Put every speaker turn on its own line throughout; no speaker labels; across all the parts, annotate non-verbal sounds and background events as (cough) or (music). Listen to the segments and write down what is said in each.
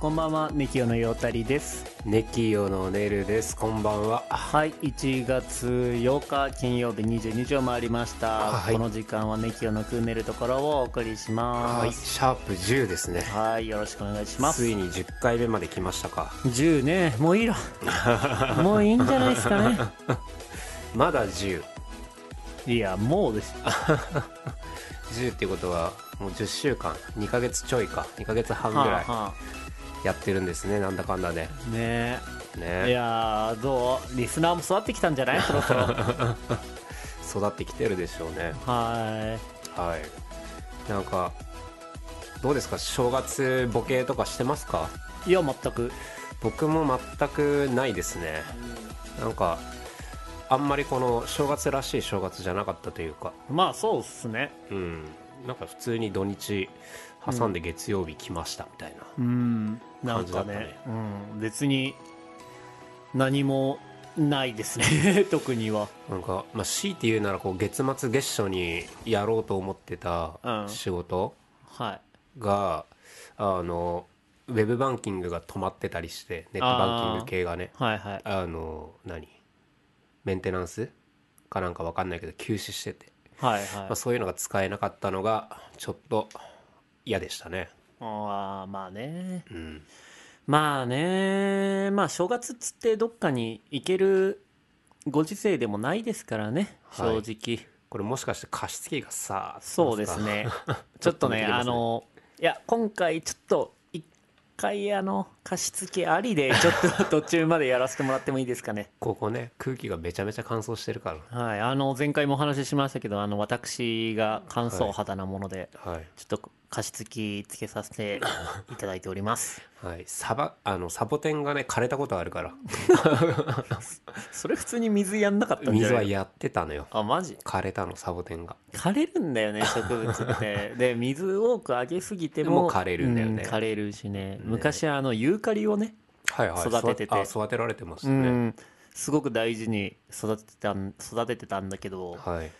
こんばんは、ネキヨのヨータリです。
ネキヨのネルです。こんばんは。
はい、1月8日金曜日22時を回りました。
はい
この時間はネキヨのクーネルところをお送りしま
はい、
す。
シャープ10ですね。
はい、よろしくお願いします
つ。いに10回目まで来ましたか。
10ね、もう
(laughs)
いいろ。もういいんじゃないですかね。
まだ10。
いや、もうです。
10ってことは、もう10週間、2ヶ月ちょいか、2ヶ月半ぐら
はあはい
やってるんですね、なんだかんだね。
あねえ。い
ね
やー、どうリスナーも育ってきたんじゃないそろそろ。
(laughs)
は
育ってきてるでしょうね。
ーい。
はい。なんか、どうですか正月ボケとかしてますか
いや、全く。
僕も全くないですね。なんか、あんまりこの正月らしい正月じゃなかったというか。
まあ、そうっすね。
うん、なんか普通に土日挟んで月曜日来ましたみたいな、
うん。なん
感じだ
か
った
ね、
ね
うん。別に、何もないですね。 (laughs) 特には。
なんか、まあ、強いて言うならこう月末月初にやろうと思ってた
うん
仕事
はい。
が、あのウェブバンキングが止まってたりしてネットバンキング系がね
はいはい。
あの何メンテナンスかなんか分かんないけど休止してて、
はい
まあ、
はい。
そういうのが使えなかったのがちょっと嫌でしたね
あーまあね。
うん
まあね。まあ、正月っつってどっかに行けるご時世でもないですからね。
は
正
い
直。
これもしかして加湿器がさ
そうですね。ちょっとね、
ちょっと見てみますね
あの、いや、今回ちょっと、一回あの、加湿器ありで、ちょっと途中までやらせてもらってもいいですかね。
ここね空気がめちゃめちゃ乾燥してるか
はい、あの、前回もお話ししましたけど、あの、私が乾
は
燥
い
肌なもので、
らはい、
ちょっと加湿器つけさせていただいております。
はい、サバあのサボテンがね枯れたことあるから
(laughs) それ普通に水やんなかったんじゃ
水
な
はいやってたのよ
あ、マジ
枯れたのサボテンが
枯れるんだよ (laughs) ね、植物って。で、水多くあげすぎても。
もう枯れるんだよね
う枯れるしね。昔、あの、ユーカリをね、
はいはい
育ててて
あ育てられてます
う
ね、
ん、すごく大事に育ててたん育ててたんだけど
はいう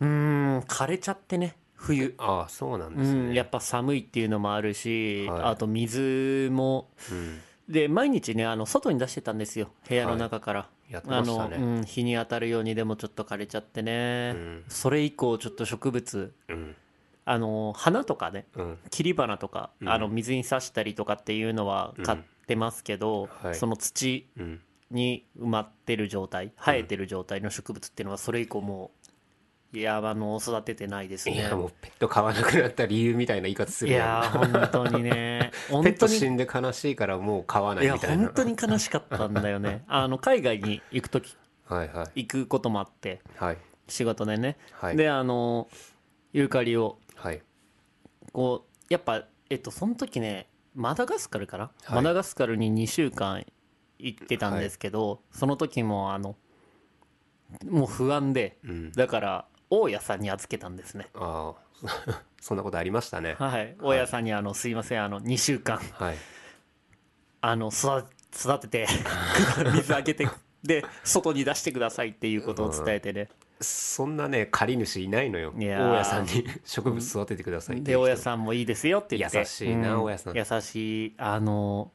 ーん枯れちゃってね冬、
ああそうなん
う
ですね、
ん、やっぱ寒いっていうのもあるし、
はい
あと水も
うん
で毎日ねあの外に出してたんですよ部屋の中から、
いやって
あ
ました
の、
ね
うん、日に当たるようにでもちょっと枯れちゃってね、
うん
それ以降ちょっと植物
うん
あの花とかね
うん
切り花とか、
うん
あの水に挿したりとかっていうのは買ってますけど、
うんはい
その土
うん
に埋まってる状態生えてる状態の植物っていうのはそれ以降もういやあの育ててないです
い
ね
やもうペット飼わなくなった理由みたいな言い方す
い
るよ
や
(laughs)
ー本当にね本
ペッ
当
ト
に
死んで悲しいからもう飼わないい
や
みたいな
本当に悲しかったんだよねあの海外に行く時
はいはい
行くこともあって
はい
仕事でね、
はい
であのユーカリを
はい
こうやっぱえっとその時ねマダガスカルかな、
はい
マダガスカルに2週間行ってたんですけど、その時もあのもう不安で
うん
だから大家さんに預けたんですね
ああ (laughs) そんなことありましたね
はい大家さんにあのすいませんあの2週間
はい
あの育育てて
(laughs)
水あげてで外に出してくださいっていうことを伝えてね
そんなね借り主いないのよ
い
大
やー
家さんに植物育ててくださいって
で大家さんもいいですよって言って
優しいな
う
大家さん
優しいあの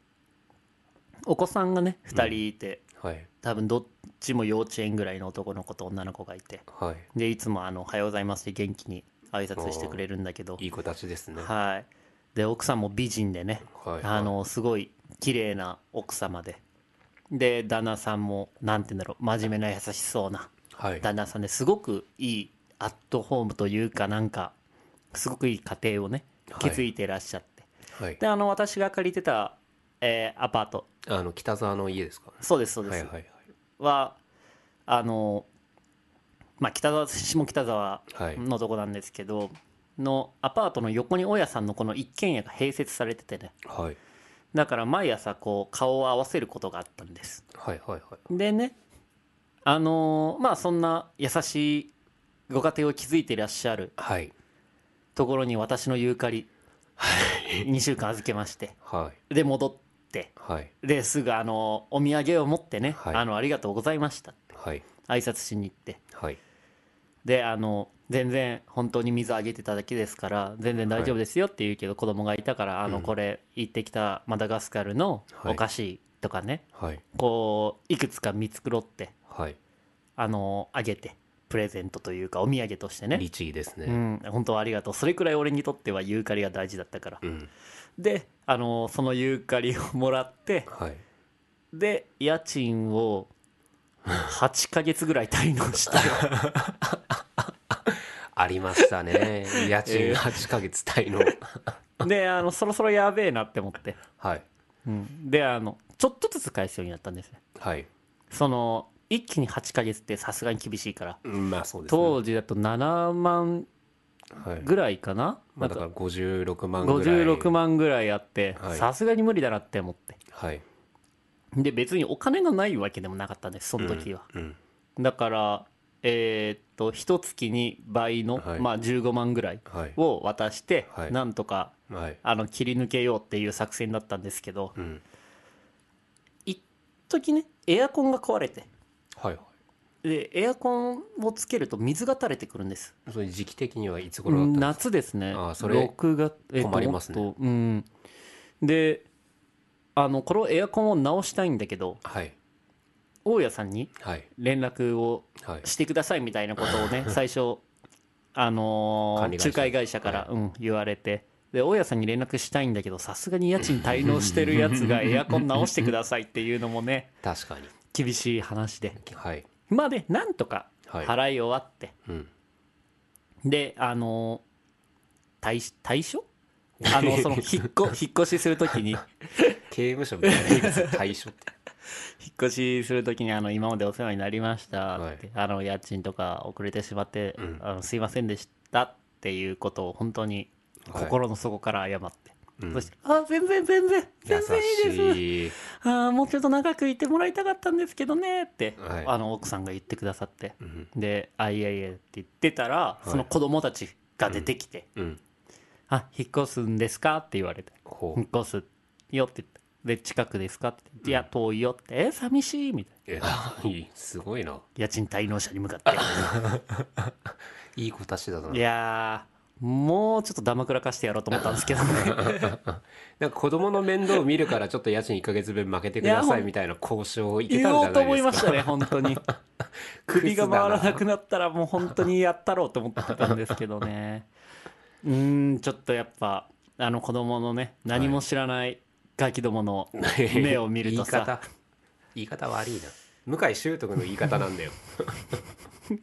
お子さんがね2人いて、
んはい
多分どっちも幼稚園ぐらいの男の子と女の子がいて
は
でいつもあの「おはようございます」って元気に挨拶してくれるんだけど
いいい子たちですねは
はいで奥さんも美人でね
いはい
あのすごい綺麗な奥様でで旦那さんもなんて言うんだろう真面目な優しそうな
はい
旦那さんですごくいいアットホームというかなんかすごくいい家庭をね
はい
築いてらっしゃって、
はい
であの私が借りてた、えーアパート
あの北沢の家ですか
そうですそう
は
で
い
す、
はいはい
はあのまあ北沢下北沢
はい
のとこなんですけど、のアパートの横に大家さんのこの一軒家が併設されててね
はい
だから毎朝こう顔を合わせることがあったんです
はいはいはい
でねあのーまあそんな優しいご家庭を築いていらっしゃる
はい
ところに私のユーカリ2週間預けまして
はい
で戻って
はい
ですぐあのお土産を持ってね、
はい
あのありがとうございました
はい
挨拶しに行って
はい
であの全然本当に水あげてただけですから全然大丈夫ですよって言うけど子供がいたからあのこれ行ってきたマダガスカルの
はい
お菓子とかね
はい
こういくつか見繕って
はい
あのあげてプレゼントというかお土産としてね
律儀です
う
ね
ん本当ありがとうそれくらい俺にとってはユーカリが大事だったから
うん、
であのそのユーカリをもらって
はい
で家賃を8ヶ月ぐらい滞納して
(laughs) ありました
(laughs)
ね家
え
賃
ー
8ヶ月滞納
であのそろそろやべえなって思って、
(laughs) はい
うん、であのちょっとずつ返すようになったんですね
はい
その一気に8ヶ月ってさすがに厳しいから
うんまあそうですね
当時だと7万
はい
ぐらいかな,、
まあ、だ
な
か
んから
56万ぐらい
56万ぐらいあって
はい
さすがに無理だなって思って
はい
で別にお金がないわけでもなかったんですその時は、
うん
だからえーっと一月に倍の、
はい
まあ、15万ぐらい
はい
を渡して、
はい
なんとか
はい
あの切り抜けようっていう作戦だったんですけど
うん
一時ねエアコンが壊れて
はいはい
でエアコンをつけると水が垂れてくるんです
それ時期的にはいつ頃だったんですか
夏ですね
あーそれ
6月、えっと
困りますね
もっとうんであのこのエアコンを直したいんだけど
はい
大家さんに
はい
連絡を
はい
してくださいみたいなことを
(laughs)
ね最初あのー
管理会社
仲介会社から、
は
うん、言われてで大家さんに連絡したいんだけどさすがに家賃滞納してるやつ
(laughs)
がエアコン直してくださいっていうのもね
確かに
厳しい話で
はい
まあでなんとか
はい
払い終わって、
うん
であのー退し退所あの
(laughs)
その引っ越引っ越しするときに引っ
刑務所みたい (laughs) なやつ対処って
越しするときにあの今までお世話になりましたって、あの家賃とか遅れてしまって、
うん
あのすいませんでしたっていうことを本当に
はい
心の底から謝って、
うん
そして「あ全然全然全然いいです
優しい
あーもうちょっと長くいてもらいたかったんですけどね」って、
はい
あの奥さんが言ってくださって
うん
で「あいえいえ」って言ってたら、
い
その子供たちが出てきて「
うん
あ引っ越すんですか?」って言われて
ほ
引っ
う
越すよって言ってで近くですかって言っていや遠いよってえ寂しいみたいな
えいいすごいな
家賃滞納者に向かって (laughs)
いい子たちだない
やーもうちょっとダマくらかしてやろうと思ったんですけどね
なんか子供の面倒を見るからちょっと家賃1ヶ月分負けてくださいみたいな交渉をいけ
(laughs) 言
たんじ
お
ゃ
う
な
と
い
思い
で
ますし
か
た
(laughs)
ね本当に (laughs) 首が回らなくなったらもう本当にやったろうと思ってたんですけど (laughs) ねうーんちょっとやっぱあの子供のね何も知らないガキどもの
(laughs)
目を見ると (laughs) さ、
言い方言い方悪いな向井修徳の言い方なんだよ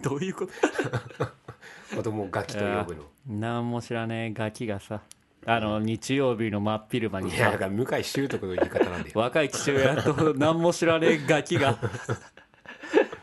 どういう (laughs) こと
子供をガキと呼ぶの
何も知らねえガキがさあの日曜日の真っ昼間に
いや
さ
だから向井修徳の言い方なんだよ
若い父親と何も知らねえガキが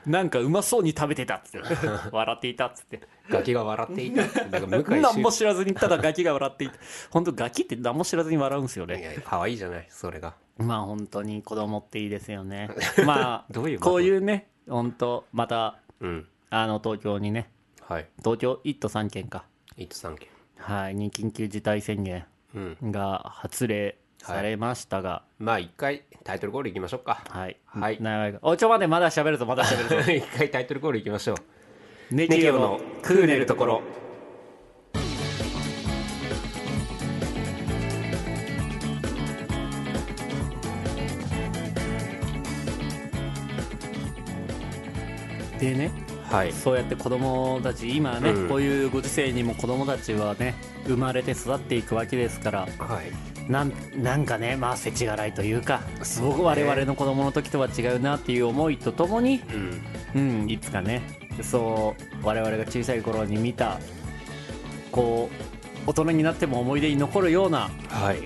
なんかうまそうに食べてたっつって笑っていたっつって
ガキが笑って (laughs) いただから向井修
何も
徳
知らずにただガキが笑っていた本当ガキって何も知らずに笑うんですよ
い
ね
や可愛いじゃないそれが
まあ本当に子供っていいですよ
(laughs)
ねまあ
どういうこと
こういうね本当また
うん
あの東京にね
はい
東京1都3県か
1都3県
はいに緊急事態宣言
うん
が発令されましたが、
まあ一回タイトルコールいきましょうか
はい。
はい
長いがおいちょまでまだ喋るぞ、まだ喋るぞ。
一回タイトルコールいきましょう
ネ
(laughs) ネギオのクーネルところ
でね、
はい
そうやって子供たち、今ね、
うん
こういうご時世にも子供たちはね、生まれて育っていくわけですから、
はい
なんなんかね、まあ、世知辛いというか、す
そう
ご
ね
く我々の子供の時とは違うなっていう思いとともに、
うん
うん、いつかね、そう、我々が小さい頃に見た、こう、大人になっても思い出に残るような
はい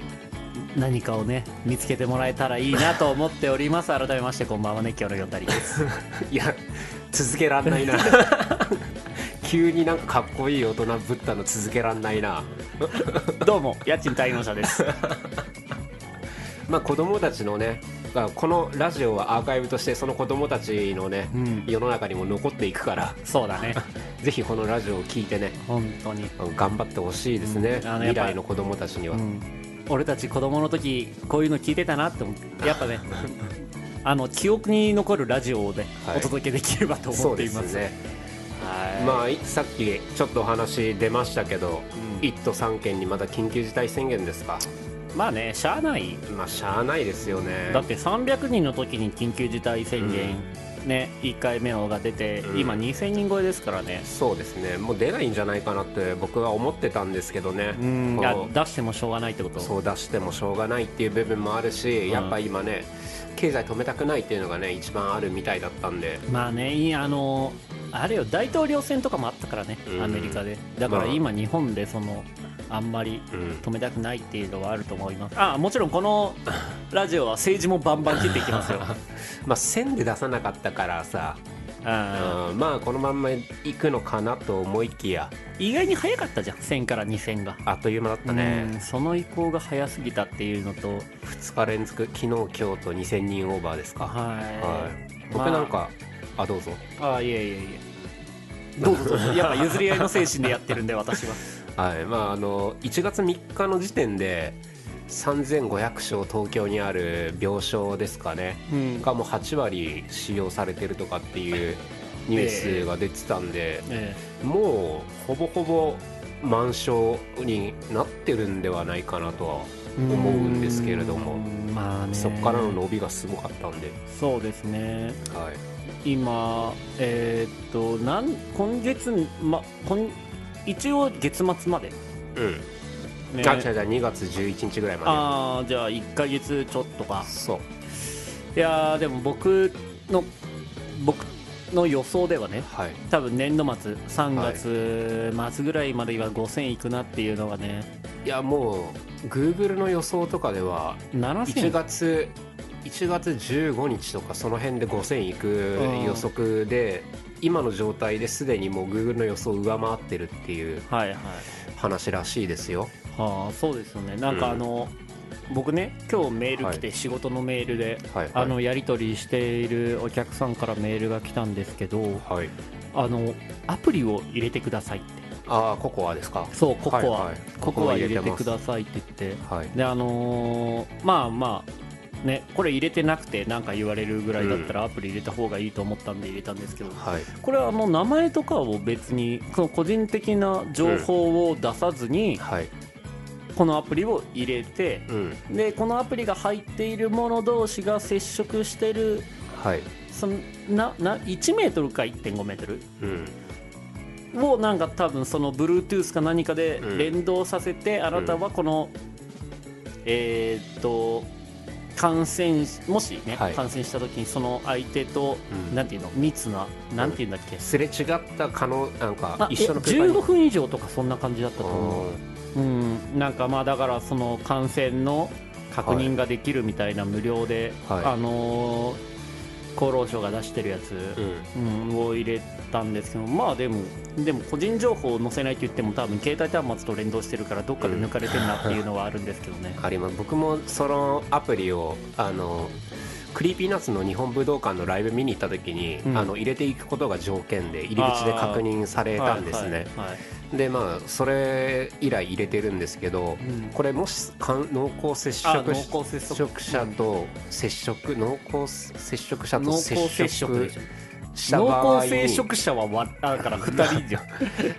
何かをね見つけてもらえたらいいなと思っております改めましてこんばんはね今日のよたり
(laughs)
です
(laughs) いや続けらん (laughs) ないな急になんかかっこいい大人ぶったの続けらんないな
どうも家賃滞納者です
まあ子供たちのねがこのラジオはアーカイブとしてその子供たちのね、
うん
世の中にも残っていくから
そうだね
ぜひこのラジオを聞いてね
本当に、
あの頑張ってほしいですね、
うんあのやっ
未
ぱ
来の子供たちには、
うん、俺たち子供の時こういうの聞いてたなって思ってやっぱ
(laughs)
ねあの記憶に残るラジオをね、
はい
お届けできればと思
そ
っ
う
て
で
います
すね
はい
まあいさっきちょっとお話出ましたけど、
うん
1都3県にまだ緊急事態宣言ですか
まあねしゃあない
まあしゃあないですよね
だって300人の時に緊急事態宣言、ね1回目のが出て、
うん
今2000人超えですからね
そうですねもう出ないんじゃないかなって僕は思ってたんですけどね、
うん
こ
あ
う
出してもしょうがないってこと
そう出してもしょうがないっていう部分もあるし、
ん
やっぱ今ね経済止めたくないっていうのがね一番あるみたいだったんで
まあねいいあのあれよ大統領選とかもあったからね、
うん
アメリカでだから
まあ
今日本でそのあんまり
うん
止めたくないっていうのはあると思いますあもちろんこの (laughs) ラジオは政治もバンバン切っていきますよ
(laughs) まあ線で出さなかったからさ、
あ
うんまあこのまんま行くのかなと思いきや
ー意外に早かったじゃん1000から2000が、
あっという間だったね、
うんその移行が早すぎたっていうのと
2日連続昨日今日と2000人オーバーですかは、
はいい、まあ
僕なんか、あどうぞ
あいえいえいえどうぞどうぞやっぱ譲り合いの精神でやってるんで私は
はいまああの1月3日の時点で3500床東京にある病床ですかね
うん
が (laughs) もう8割使用されてるとかっていうニュースが出てたんで、
え
もうほぼほぼ満床になってるんではないかなとは
え
思うんですけれども
うんまあね
そこからの伸びがすごかったんで、
そうですね
はい、
今えーっとなん今月ま今一応月末まで、
うん、
ね
あ違う違う2月11日ぐらいま
あーじゃあ1か月ちょっとか
でそう
いやーでも僕の僕の予想ではね
はい
多分年度末3月末ぐらいまでは5000いくなっていうのがね
いやもう Google の予想とかでは1
7000
月1月15日とかその辺で5000いく予測で今の状態ですでにもう Google の予想を上回ってるっていう
はいはい
話らしいですよ
はあそうですよねなん
う
か
ん
あの、僕ね今日メール来て仕事のメールで、
はい
あのやり取りしているお客さんからメールが来たんですけど
はい
あのアプリを入れてくださいって
ああココアですか
そうココア、
はいはい
ココア入れて
ます
くださいって言って
はい
であのーまあまあねこれ入れてなくてなんか言われるぐらいだったらアプリ入れた方がいいと思ったんで入れたんですけど、
はい
これはあの名前とかを別にその個人的な情報を出さずに
はい
このアプリを入れて
うん
でこのアプリが入っているもの同士が接触してる
はい
そのなな1メートルか1 5メートル
うん
をなんか多分その Bluetooth か何かで
うん
連動させて、あなたはこの、えーっと感染しもしね、
はい
感染した時にその相手と、
うん
なんていうの密ななんていうんだっけ、
すれ違った可能なん
まあ、
か一緒の空間に
15分以上とかそんな感じだったと思う
あ
うん、なんかまあだからその感染の確認ができるみたいな無料で、
はい
あのー厚労省が出してるやつ、
ーうん
うん、を入れたんですけどまあでもでも個人情報を載せないと言っても多分携帯端末と連動してるからどっかで抜かれてるなっていうのはあるんですけどね、
あります僕もそのアプリをあのクリーピーナッツの日本武道館のライブ見に行った時に、
うん
あの入れていくことが条件で入り口で確認されたん (laughs) ですね、
はいはい
でまあそれ以来入れてるんですけど
うん
これもしかん濃厚接
あ
触
濃厚接触
接触者と接触濃厚接触者と
濃
接
厚接触で
触
し
した
ょ
場合
濃
に
厚接触者はわだから2人じゃん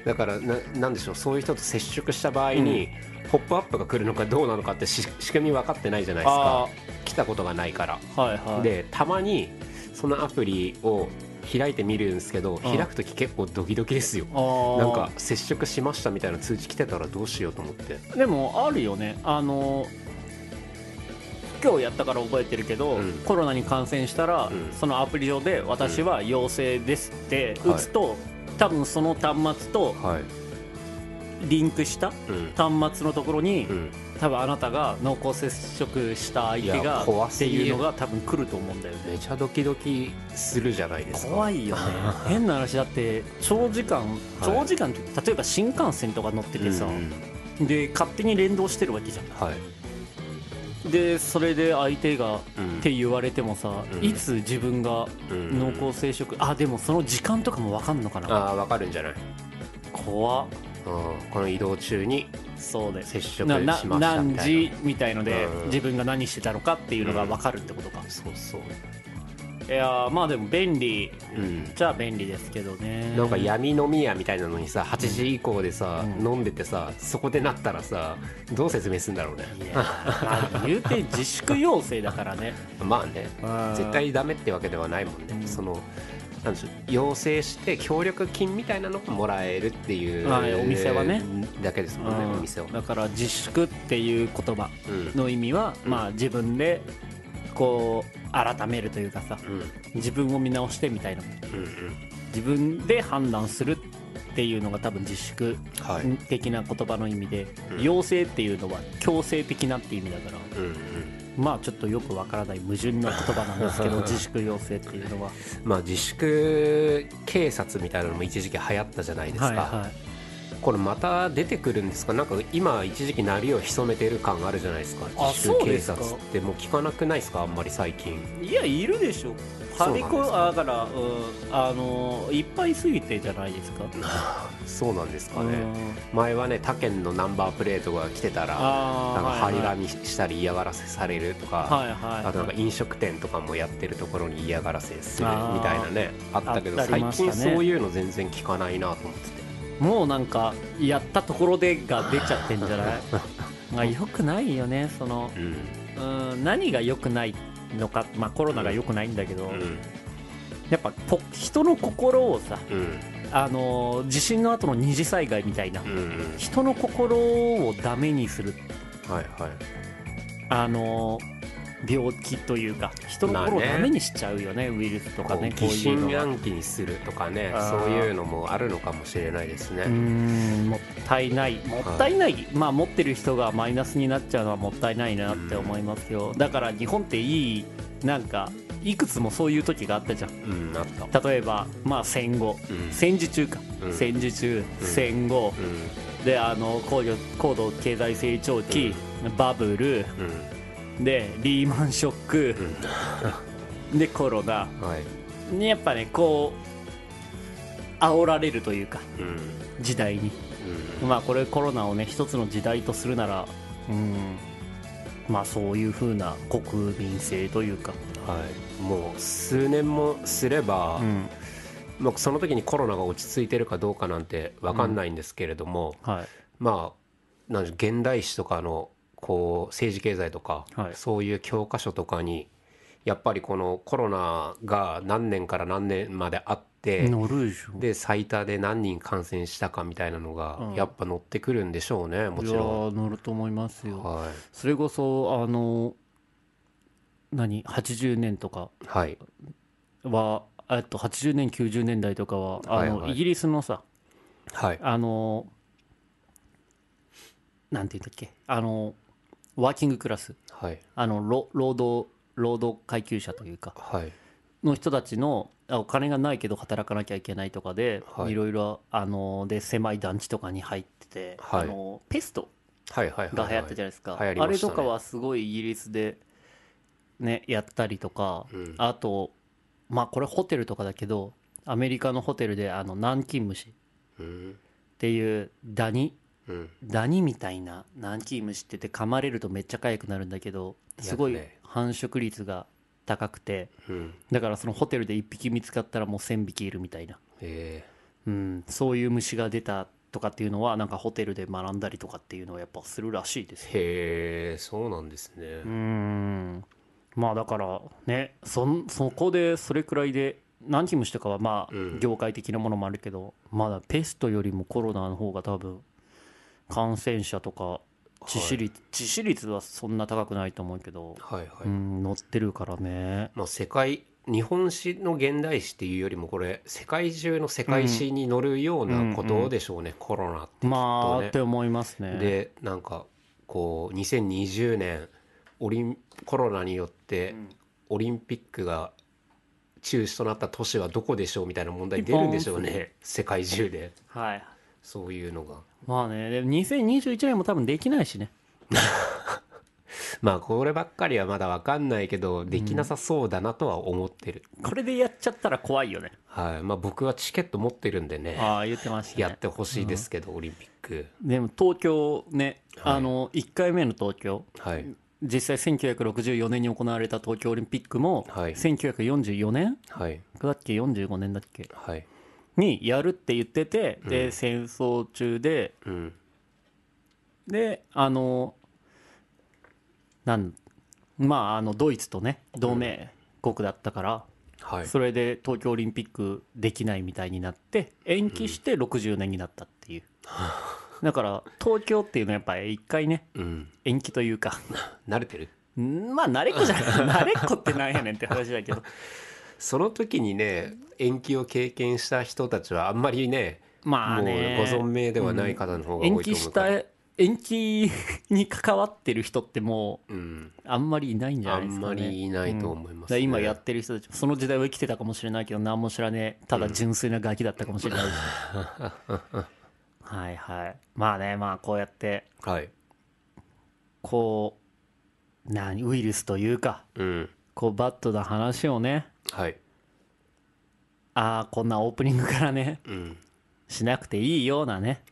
だからななんでしょうそういう人と接触した場合に、ポップアップが来るのかどうなのかってし仕組み分かってないじゃないですか
あ
来たことがないから、
ーはいはい
でたまにそのアプリを開いてみるんですけど、
ん
開くとき結構ドキドキですよ
あー
なんか接触しましたみたいな通知来てたらどうしようと思って
でもあるよねあの今日やったから覚えてるけど、
うん
コロナに感染したら、
うん
そのアプリ上で私は陽性ですって
うん
打つと、多分その端末と
はい
リンクした
うん
端末のところに、
うん
多分あなたが濃厚接触した相手
いや
が
怖
って
すぎる
いうのが多分来ると思うんだよね
めちゃドキドキするじゃないですか
怖いよね (laughs) 変な話だって長時間長時間って、例えば新幹線とか乗っててさ、
うんうん
で勝手に連動してるわけじゃん
はい、
でそれで相手がっ
うん
て言われてもさ、
うん
いつ自分が
うん
濃厚接触、あでもその時間とかも分かんのかな
ああ分かるんじゃない、
怖っ
うん、この移動中に
そうで
接触し
な
ま
な
したみたい
何
な
時みたいので、
うん
自分が何してたのかっていうのが分かるってことか、
そうそう
いやーまあでも便利
うん
じゃあ便利ですけどね
なんか闇飲み屋みたいなのにさ8時以降でさ、
うん
飲んでてさそこでなったらさどう説明するんだろうね
いやまあ言うて自粛要請だからね
まあね
(laughs) うん
絶対ダメってわけではないもんね、
うん
そのなんでしょう要請して協力金みたいなのがもらえるっていう、
はいお店はね
だけですもんね、お店は、
だから自粛っていう言葉
うん
の意味は、
うん
まあ自分でこう改めるというかさ
うん
自分を見直してみたいな
うん
自分で判断するっていうのが多分自粛
うんはい、
的な言葉の意味で、
うん
要請っていうのは強制的なって意味だから
うんうん、
まあちょっとよくわからない矛盾な言葉なんですけ
(laughs)
ど自粛要請っていうのは
まあ自粛警察みたいなのも一時期流行ったじゃないですか、
はいは
これまた出てくるんですかなんか今一時期鳴りを潜めてる感があるじゃないですか
あ
自
そ
粛
うで
警
すか
察ってもう聞かなくないですかあんまり最近
い、いやいるでしょ
そ
は
うなん
び
です
こ
か
あだから、うん、あのいっぱいすぎてじゃないですか、
そうなんですか
う
ね、
ん
前はね他県のナンバープレートが来てたら
あー
なんか
は
張
い
り
はい
紙したり嫌がらせされるとか、
はいはい
あとなんか飲食店とかもやってるところに嫌がらせするみたいなねあったけど
あったり
最
ましたね
近そういうの全然聞かないなと思ってて
もうなんかやったところでが出ちゃってんじゃないまあよくないよねその
うん
うん何が良くないのかまあコロナが良くないんだけど、
うん
やっぱこ人の心をさ
うん
あのー地震の後の二次災害みたいな、
うんうん
人の心をダメにする
はいはい
あのー病気というか人の心を
まあね
ダメにしちゃうよねウイルスとか
こう
ねこう
疑
いうの
心
は
暗鬼にするとかね
あー
そういうのもあるのかもしれないですね、
うーんもったいないもったいない、まあ持ってる人がマイナスになっちゃうのはもったいないなって思いますよ、だから日本っていいなんかいくつもそういう時があったじゃん
うんあった
例えばまあ戦後
うん
戦時中か、
うん
戦時中、
うん
戦後、であの高度高度経済成長期、バブル
うん
でリーマンショック
うん、
でコロナ
うん、はい、
にやっぱねこう煽られるというか
うんうん
時代にまあこれコロナをね一つの時代とするならうんまあそういう風な国民性というか、
はい、もう数年もすれば、
うん
まあ、その時にコロナが落ち着いてるかどうかなんて分かんないんですけれども、
はい、
まあなんでしょう現代史とかのこう政治経済とか、
はい
そういう教科書とかにやっぱりこのコロナが何年から何年まであって、
乗るでしょ
で最多で何人感染したかみたいなのが、
うん
やっぱ載ってくるんでしょうねも
い
ち
や
ろ
ー乗ると思います
ん
よ
は
それこそあの何80年とか
い、はい、
はえっと80年90年代とかはあの、
はいはい
イギリスのさ
はい
あのなんて言うんだっけあのワーキングクラス
はい
あのろ労働労働階級者というか
はい
の人たちのあお金がないけど働かなきゃいけないとかで、
はい
い、ろいろあので狭い団地とかに入ってて、
はい
あのペスト
はいはい
が流行ったじ
ゃ
ゃないですか、
はいはい流行
あ
りま
れ
した
と
ね
かはすごいイギリスで、ね、やったりとか、
うん
あとまあこれホテルとかだけどアメリカのホテルであの南京虫っ
うん
ていうダニ
うん
ダニみたいな南京虫って言って噛まれるとめっちゃ痒くなるんだけどすごい
やだね
繁殖率が高くて
うん
だからそのホテルで1匹見つかったらもう1000匹いるみたいな、
え
うん、そういう虫が出たとかっていうのはなんかホテルで学んだりとかっていうのはやっぱするらしいですよ
ー、へえそうなんですね、
うーんまあだからねそんそこでそれくらいで何キムシとかはまあ
うん
業界的なものもあるけど、まだペストよりもコロナの方が多分感染者とか致死率、致死率はそんな高くないと思うけど、
はいはい、
うん乗ってるからね
まあ、世界日本史の現代史っていうよりもこれ世界中の世界史に載るようなことでしょうね、コロナって
まあ、
きっ
っ
と
て思いますね
ねでなんかこう2020年オリンコロナによって
うん
オリンピックが中止となった都市はどこでしょうみたいな問題出るんでしょう
ピン
ね世界中で
はい
そういうのが
まあねで2021年も多分できないしね
まあこればっかりはまだ分かんないけどできなさそうだなとは思ってる、
これでやっちゃったら怖いよね
はいまあ僕はチケット持ってるんでね
ああ言ってましたね
やってほしいですけど、オリンピック
でも東京ね、
はい
あの1回目の東京
はい
実際1964年に行われた東京オリンピックも、
はい
1944年
はい
だっけ45年だっけ
はい
にやるって言ってて、
うん
で戦争中で
うん
であのなんまああのドイツとね同盟国だったから、
はい
それで東京オリンピックできないみたいになって延期して60年になった
(laughs)
っていう、だから東京っていうのはやっぱり一回ね
うん
延期というか
慣れてる
んまあ慣れっ
(laughs)
こじゃない慣れっこってなんやねんって話だけど
その時にね延期を経験した人たちはあんまりね
まあね
もうご存命ではない方の方が多
延
いと
期
思
し
うから
た延期に関わってる人ってもう
うん
あんまりいないんじゃ
あ
ないです
ん
か、ね、
まりいないと思いま
だ
す
から
ね
今やってる人たちもその時代は生きてたかもしれないけど何も知らねえただ純粋なガキだったかもしれ
(laughs)
ないし、はいはいまあねまあこうやって
はい
こう何ウイルスというか
うん
こうバッドな話をね
はい
ああこんなオープニングからね
うん
しなくていいようなね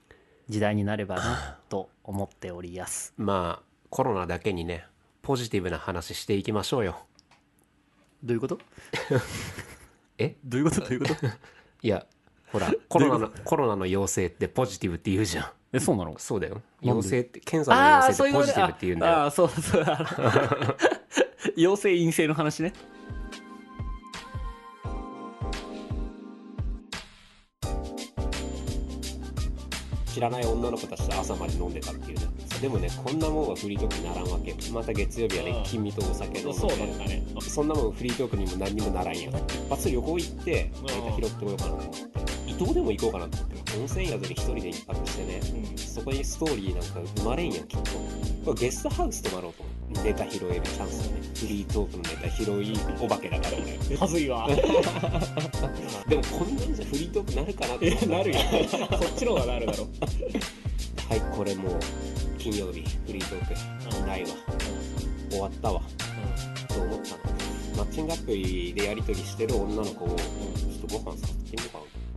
時代になればなと思っておりやす
まあコロナだけにねポジティブな話していきましょうよ
どういうこと
え
どういうことどういうこと
いや
(laughs)
ほらコロナのコロナの陽性ってポジティブって言うじゃん
えそうなの
そうだよ
なんで
陽性って検査の
ああ
陽性
そういうこ
ってポ
と
ジティブって言うんだ
あ
よ
あそうそうあの (laughs) 陽性陰性の話ね
知らない女の子たちと朝まで飲んでたっていうねでもねこんなもんはフリートークにならんわけまた月曜日は
うん
ね君とお酒飲んで
そうだったね
そんなもんフリートークにも何にもならんやん一発旅行行って
うん
何か拾ってこようかなと思って伊東でも行こうかなと思ってます温泉宿に一人で一泊してねそこにストーリーなんか生まれんやんきっとこれゲストハウス泊まろうと思ってネタ拾えるチャンスだねフリートークのネタ拾いお化けだから俺
はずいわ
でもこんなんじゃフリートークなるかなって
(laughs)
思う
よそっちの方がなるだろ
はいこれもう金曜日フリートークないわ終わったわと思ったのマッチングアプリでやり取りしてる女の子をちょっとご飯誘って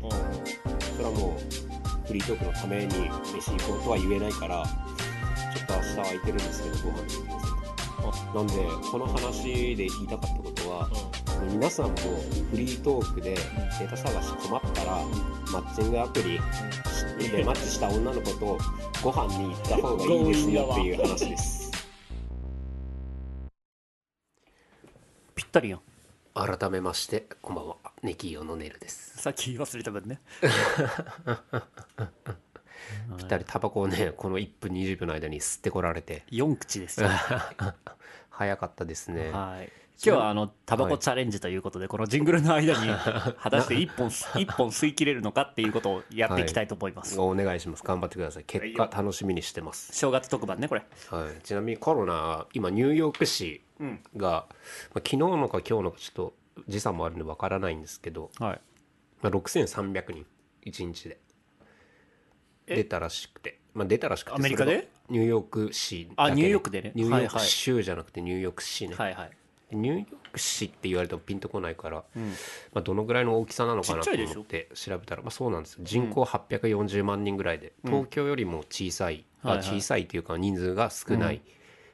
みようかなそれはもうフリートークのために飯行こうとは言えないからちょっと明日空いてるんですけどご飯行きますなんでこの話で言いたかったことは皆さんもフリートークでデータ探し困ったらマッチングアプリでマッチした女の子とご飯に行った方がいいですよっていう話です
ぴったりやん
改めましてこんばんはネキイオのネルです
さっき言い忘れた分ね
二人タバコをねこの1分20秒の間に吸ってこられ
(laughs)
て
4口ですよ
早かったですね
はい今日はあのタバコチャレンジということで、このジングルの間 (laughs) に果たして1本す一本吸い切れるのかっていうことをやっていきたいと思います、
お願いします頑張ってください結果
はい
楽しみにしてます、
正月特番ねこれ
はい、ちなみにコロナ今ニューヨーク市
うん
が、まあ、昨日のか今日のかちょっと時差もあるんでわからないんですけど、
はい
まあ、6300人1日で
え
出たらしくて、まあ、出たらしくて
アメリカで
それがニューヨーク市
あ
だけ
ニューヨークでね
ニューヨーク
はいはい
州じゃなくてニューヨーク市ね、
はいはい
ニューヨーク市って言われてもピンとこないから、まあ、どのぐらいの大きさなのかな
ち
と
っちゃいでしょ
思って調べたら、まあ、そうなんですよ人口840万人ぐらいで、東京よりも小さい、あ
はいはい
小さいっていうか人数が少ない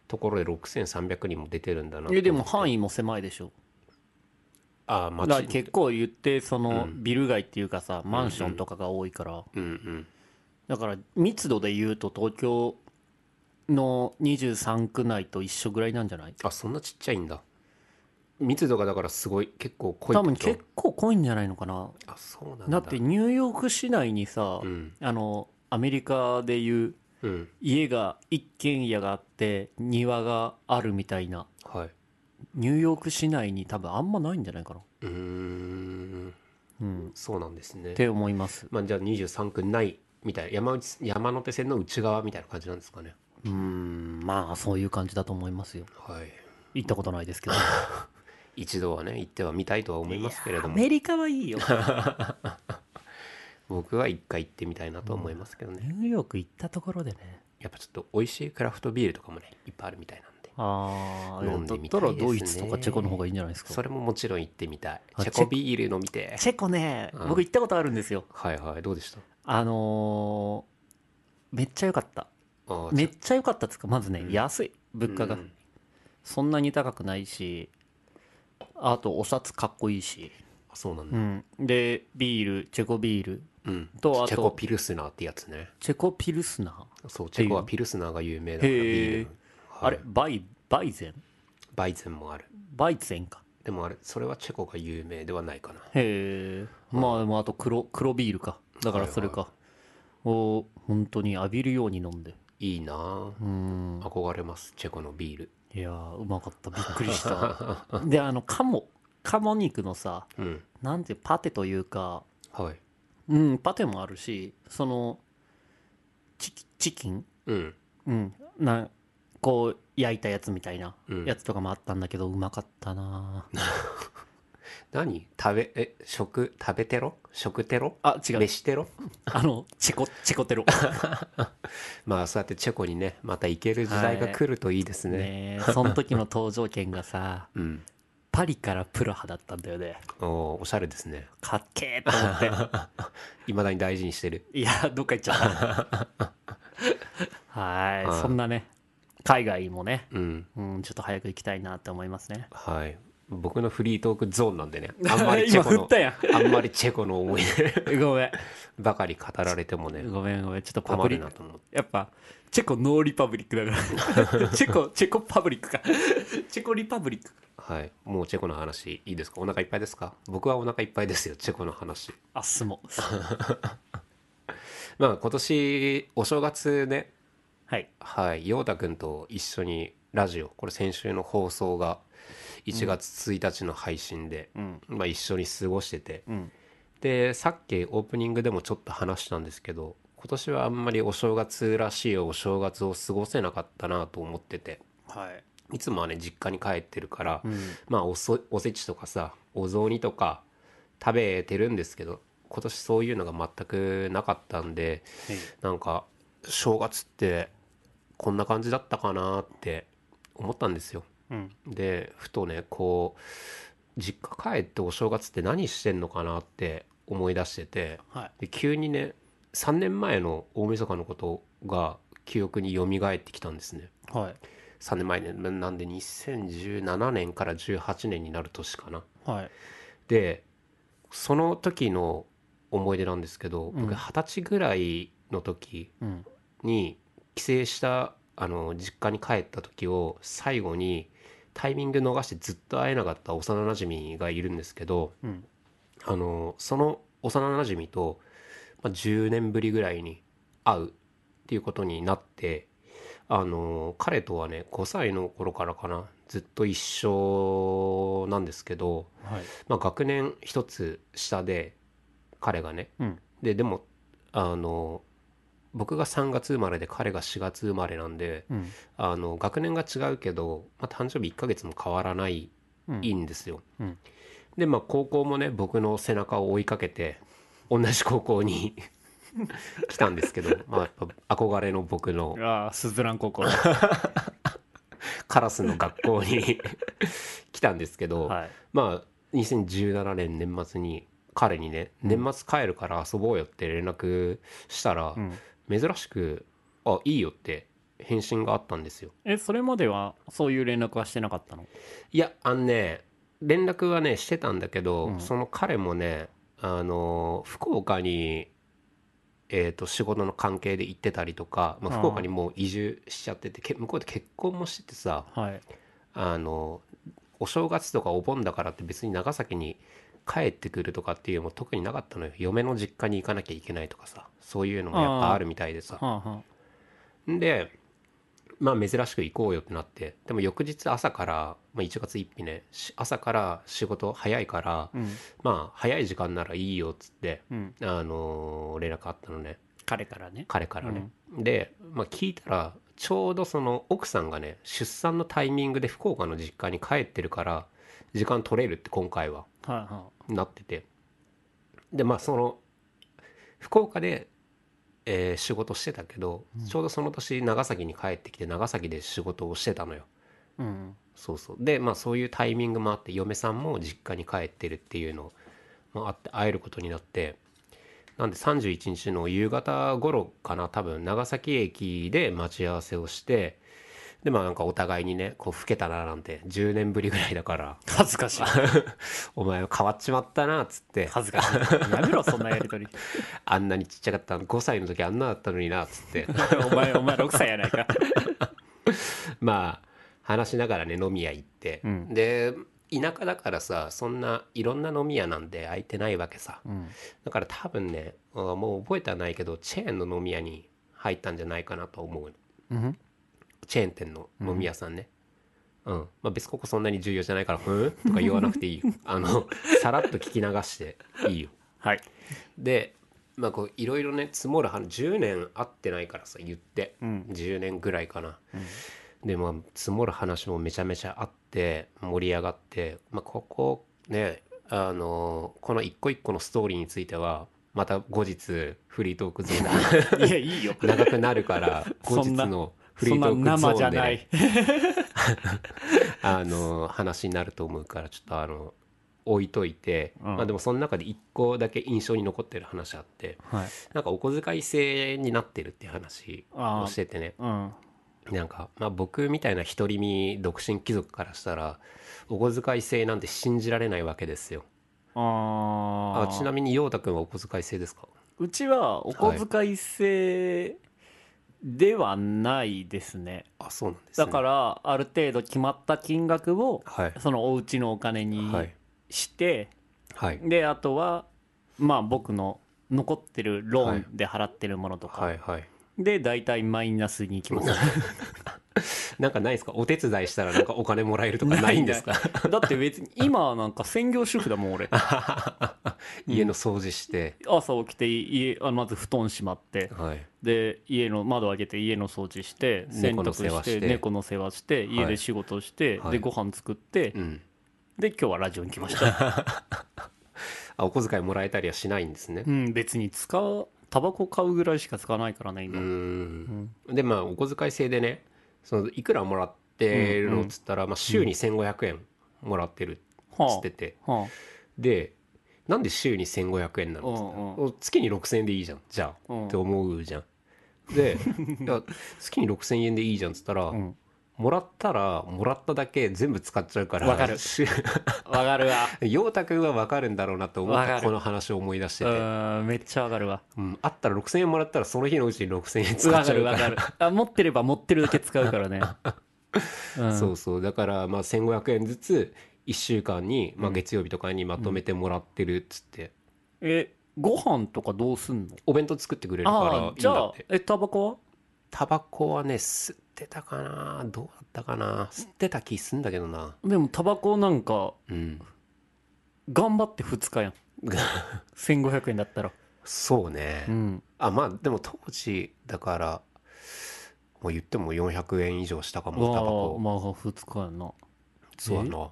ところで6300人も出てるんだなと
えでも範囲も狭いでしょ
ああ
だ
街
から結構言ってそのビル街っていうかさ、マンションとかが多いから、
うんうん
だから密度で言うと東京の23区内と一緒ぐらいなんじゃない
あそんなちっちゃいんだ密度がだからすごい結構濃い
多
って
分
こと
結構濃いんじゃないのかな
あそうなん
だ
だ
ってニューヨーク市内にさ、
うん
あのアメリカでいう
うん
家が一軒家があって庭があるみたいな
はい
ニューヨーク市内に多分あんまないんじゃないかな、
うーん
うん、
そうなんですね
って思います
まあ、じゃあ23区ないみたいな山内山手線の内側みたいな感じなんですかね
うんまあそういう感じだと思いますよ
はい
行ったことないですけど
一度はね行ってはみたいとは思いますけれど
(laughs) ア
も
メリカはいいよ
僕は一回行ってみたいなとは思いますけどね、
(laughs) ニューヨーク行ったところでね
やっぱちょっと美味しいクラフトビールとかもねいっぱいあるみたいなんで
ああ
飲ん
だ
で
っ
みた
た
いです
らド
ね
イツとかチェコの方がいいんじゃないですか
それももちろん行ってみたい
あ
チェコビール飲みてえ
チェコね、
うん
僕行ったことあるんですよ
はいはいどうでした
あのーめっちゃ良かった
あー
めっちゃ良かったっつうかまずね、安い物価が、
うん
そんなに高くないしあとお札かっこいいし、
あそうなん
う
だ、
ん、でビールチェコビール
うん、
とあと
チェコピルスナーってやつね
チェコピルスナー
そうチェコはピルスナーが有名だから
へ
ビ
ー
ールの、はい
あれバイバイゼン
バイゼンもある
バイゼンか
でもあれそれはチェコが有名ではないかな
へえまあでもあと黒黒ビールかだからそれか、を本当に浴びるように飲んで
いいなぁ
うん
憧れますチェコのビール
いやーうまかったびっくりした (laughs) であの鴨鴨肉のさ
うん
なんてパテというか
はい
うんパテもあるしそのチキチキン
うん
うんなこう焼いたやつみたいな
うん
やつとかもあったんだけど、うまかったなぁ
何食べえ食食べてろ食テロ
あ違う
飯テロ
あのチェコチェコテロ
まあそうやってチェコにねまた行ける時代が来るといいです (laughs) ね、
ねえその時の搭乗券がさ
うん
パリからプラハだったんだよね
おーおしゃれですね
かっけえと思っ
いまだに大事にしてる (laughs)
ていやどっか行っちゃったは
はい
いそんなね海外もね
うん
うん、ちょっと早く行きたいなって思いますね。
はい僕のフリートークゾーンなんで (laughs) ねあんまりチ
(laughs)
ェ
今
コ
振っ
の
たや
あんまりチェコの思い出
ん。ごめ
ばかり語られてもね
ん。ごめんごめん。ちょっとパ
(laughs) 困
ブリ
る
ッ
な
ク。
と思って
やっぱ、チェコノーリパブリックだから。 (laughs) チェコ、チェコパブリックか。チェコリパブリック。
はいもうチェコの話いいですかお腹いっぱいですか僕はお腹いっぱいですよチェコの話
あ、すも。
まあ今年お正月ね
はい。
はい陽太くんと一緒にラジオこれ先週の放送が1月1日の配信で、
うん。
まあ、一緒に過ごしてて
うん。
でさっきオープニングでもちょっと話したんですけど今年はあんまりお正月らしいお正月を過ごせなかったなと思ってて
はい。
いつもはね実家に帰ってるから、
うん。
まあおそおせちとかさお雑煮とか食べてるんですけど今年そういうのが全くなかったんでなんか正月ってこんな感じだったかなって思ったんですよ。
うん。
でふとねこう実家帰ってお正月って何してんのかなって思い出してて
はい。
で急にね3年前の大晦日のことが記憶に蘇ってきたんですね。
はい。
3年前ねななんで2017年から18年になる年かな
はい。
でその時の思い出なんですけど
う
僕
ん
二十歳ぐらいの時
うん。
に帰省したあの実家に帰った時を最後にタイミング逃してずっと会えなかった幼なじみがいるんですけど
うん。
あのその幼なじみと、まあ、10年ぶりぐらいに会うっていうことになってあの彼とはね5歳の頃からかなずっと一緒なんですけど、
はい。
まあ、学年一つ下で彼がね
うん。
ででもあの僕が3月生まれで彼が4月生まれなんで
うん。
あの学年が違うけど、まあ、誕生日1ヶ月も変わらない
うん。
いいんですよ。
うん
でまあ高校もね僕の背中を追いかけて同じ高校に (laughs) 来たんですけど、まあ、やっぱ憧れの僕の
ああ、スズラン高校。 (laughs)
カラスの学校に (laughs) 来たんですけど、
はい。
まあ2017年年末に彼にね
うん
年末帰るから遊ぼうよって連絡したら、
うん。
珍しく「あいいよ」って返信があったんですよ。
え、それまではそういう連絡はしてなかったの
いやあのね連絡はねしてたんだけど、
うん
その彼もねあの福岡に、えー、と仕事の関係で行ってたりとか、まあ、
あー
福岡にもう移住しちゃっててけ向こうで結婚もしててさ
はい。
あのお正月とかお盆だからって別に長崎に帰ってくるとかっていうのも特になかったのよ嫁の実家に行かなきゃいけないとかさそういうのもやっぱあるみたいでさ
はあは
でまあ珍しく行こうよってなってでも翌日朝から、まあ、1月1日ねし朝から仕事早いから
あ。うん。
まあ早い時間ならいいよっつって
うん。
あのー連絡あったのね
彼からね。
彼からね、で、まあ、聞いたらちょうどその奥さんがね出産のタイミングで福岡の実家に帰ってるから時間取れるって今回は
はいは
なっててでまあその福岡で、えー仕事してたけど、
うん
ちょうどその年長崎に帰ってきて長崎で仕事をしてたのよ
い。うん。
そうそうでまあそういうタイミングもあって嫁さんも実家に帰ってるっていうのもあって会えることになってなんで31日の夕方頃かな多分長崎駅で待ち合わせをしてでまあなんかお互いにねこう老けたななんて10年ぶりぐらいだから (laughs)
恥ずかしい
お前は変わっちまったなっつって
恥ずかしいやめろそんなやり取り
あんなにちっちゃかったの5歳の時あんなだったのになっつって
お前お前6歳やないか
まあ話しながらね飲み屋行って、
うん
で田舎だからさそんないろんな飲み屋なんで空いてないわけさ
うん
だから多分ねあーもう覚えてはないけどチェーンの飲み屋に入ったんじゃないかなと思う
うん
チェーン店の飲み屋さんねうん、まあ別にここそんなに重要じゃないから「ふん?」とか言わなくていいよあのさらっと聞き流していいよ
はい
でまあこういろいろね積もる話10年会ってないからさ言って、
うん
10年ぐらいかな、でまあ積もる話もめちゃめちゃあって盛り上がって、まあ、ここねあのこの一個一個のストーリーについてはまた後日フリートークゾー
(laughs)
ン
いやいいよ
で長くなるから後
そ
日
んな
のフリ
そん
ー
な
トー
生
クゾ
じ
ーン
ゃ
で
な
ね
い
あの話になると思うからちょっとあの置いといて、
うん
まあ、でもその中で一個だけ印象に残ってる話あって
はい
なんかお小遣い制になってるって話をしててね
うん
でなんか、まあ、僕みたいな独り身独身貴族からしたらお小遣い制なんて信じられないわけですよあ
ああ
ちなみに陽太くんはお小遣い制ですか
うちはお小遣い制ではないですね、
あそうなんです、
だからある程度決まった金額を
はい
そのお家のお金に
はい
して、
はい
であとはまあ僕の残ってるローンで払ってるものとか、
はいはい
で大体マイナスに行きます
なんかないですかお手伝いしたらなんかお金もらえるとか (laughs) ないんで
(laughs)
すか
だって別に今はなんか専業主婦だもん
(laughs)
俺
家の掃除して、
朝起きて家あまず布団しまって
はい
で家の窓開けて家の掃除して洗
猫
濯
の
して
世話して
猫の世話して
い
家で仕事して、
はい
でご飯作って、
うん
で今日はラジオに来ました
(laughs) あお小遣いもらえたりはしないんですね
うん別に使うタバコ買うぐらいしか使わないからね
う
今、
んでまあお小遣い制でねそのいくらもらってるのっつったら、まあ、週に1500円もらってるっつってて、
は
でなんで週に1500円なのっつったら
うん
月に6000円でいいじゃんじゃあ、
うん
って思うじゃんでいや月に6000円でいいじゃんっつったら、
あ、うん、
もらったらもらっただけ全部使っちゃうから
わかる
し
わかるわ
(laughs) 陽太くんは分かるんだろうなと思っ
わかる
てこの話を思い出して
う
て、
ーんめっちゃわかるわ
うん、あったら6000円もらったらその日のうちに6000円使
わ
っち
か
ゃう
る
か
わ
ら
かるあ持ってれば持ってるだけ使うから
(laughs)
ね、うん、
そうそうだからまあ1500円ずつ1週間に、まあ、月曜日とかにまとめてもらってるっつって、
えご飯とかどうすんの
お弁当作ってくれるからいいんだ
あ
っ
あ
て
じゃあえタバコは
タバコはね吸ってたかなどうだったかな吸ってた気すんだけどな
でもタバコなんか
うん
頑張って2日やん1500円だったら
そうね、
うん
あまあでも当時だからもう言っても400円以上したか
うわ
もタバ
あ
コ
まあ2日やんな
そうだな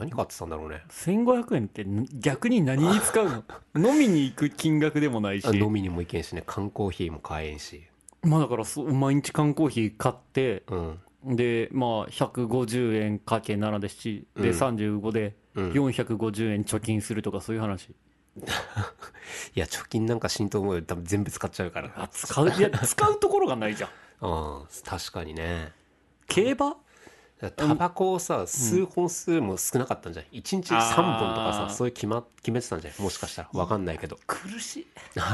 何買ってたんだろうね
1500円ってん逆に何に使う
(laughs)
の飲みに行く金額でもないし
あ飲みにも行けんしね缶コーヒーも買えんし
まあだからそう毎日缶コーヒー買って
うん
でまあ150円かけ7で7で
うん
35で
うん
450円貯金するとかそういう話
いや貯金なんかしんと思うよ多分全部使っちゃうから
あ使う (laughs) いや使うところがないじゃん
うん確かにね
競馬
タバコをさ吸う本数も少なかったんじゃない1日3本とか
あー
さそういう決,、ま、決めてたんじゃないもしかしたら分かんないけど
苦しい (laughs)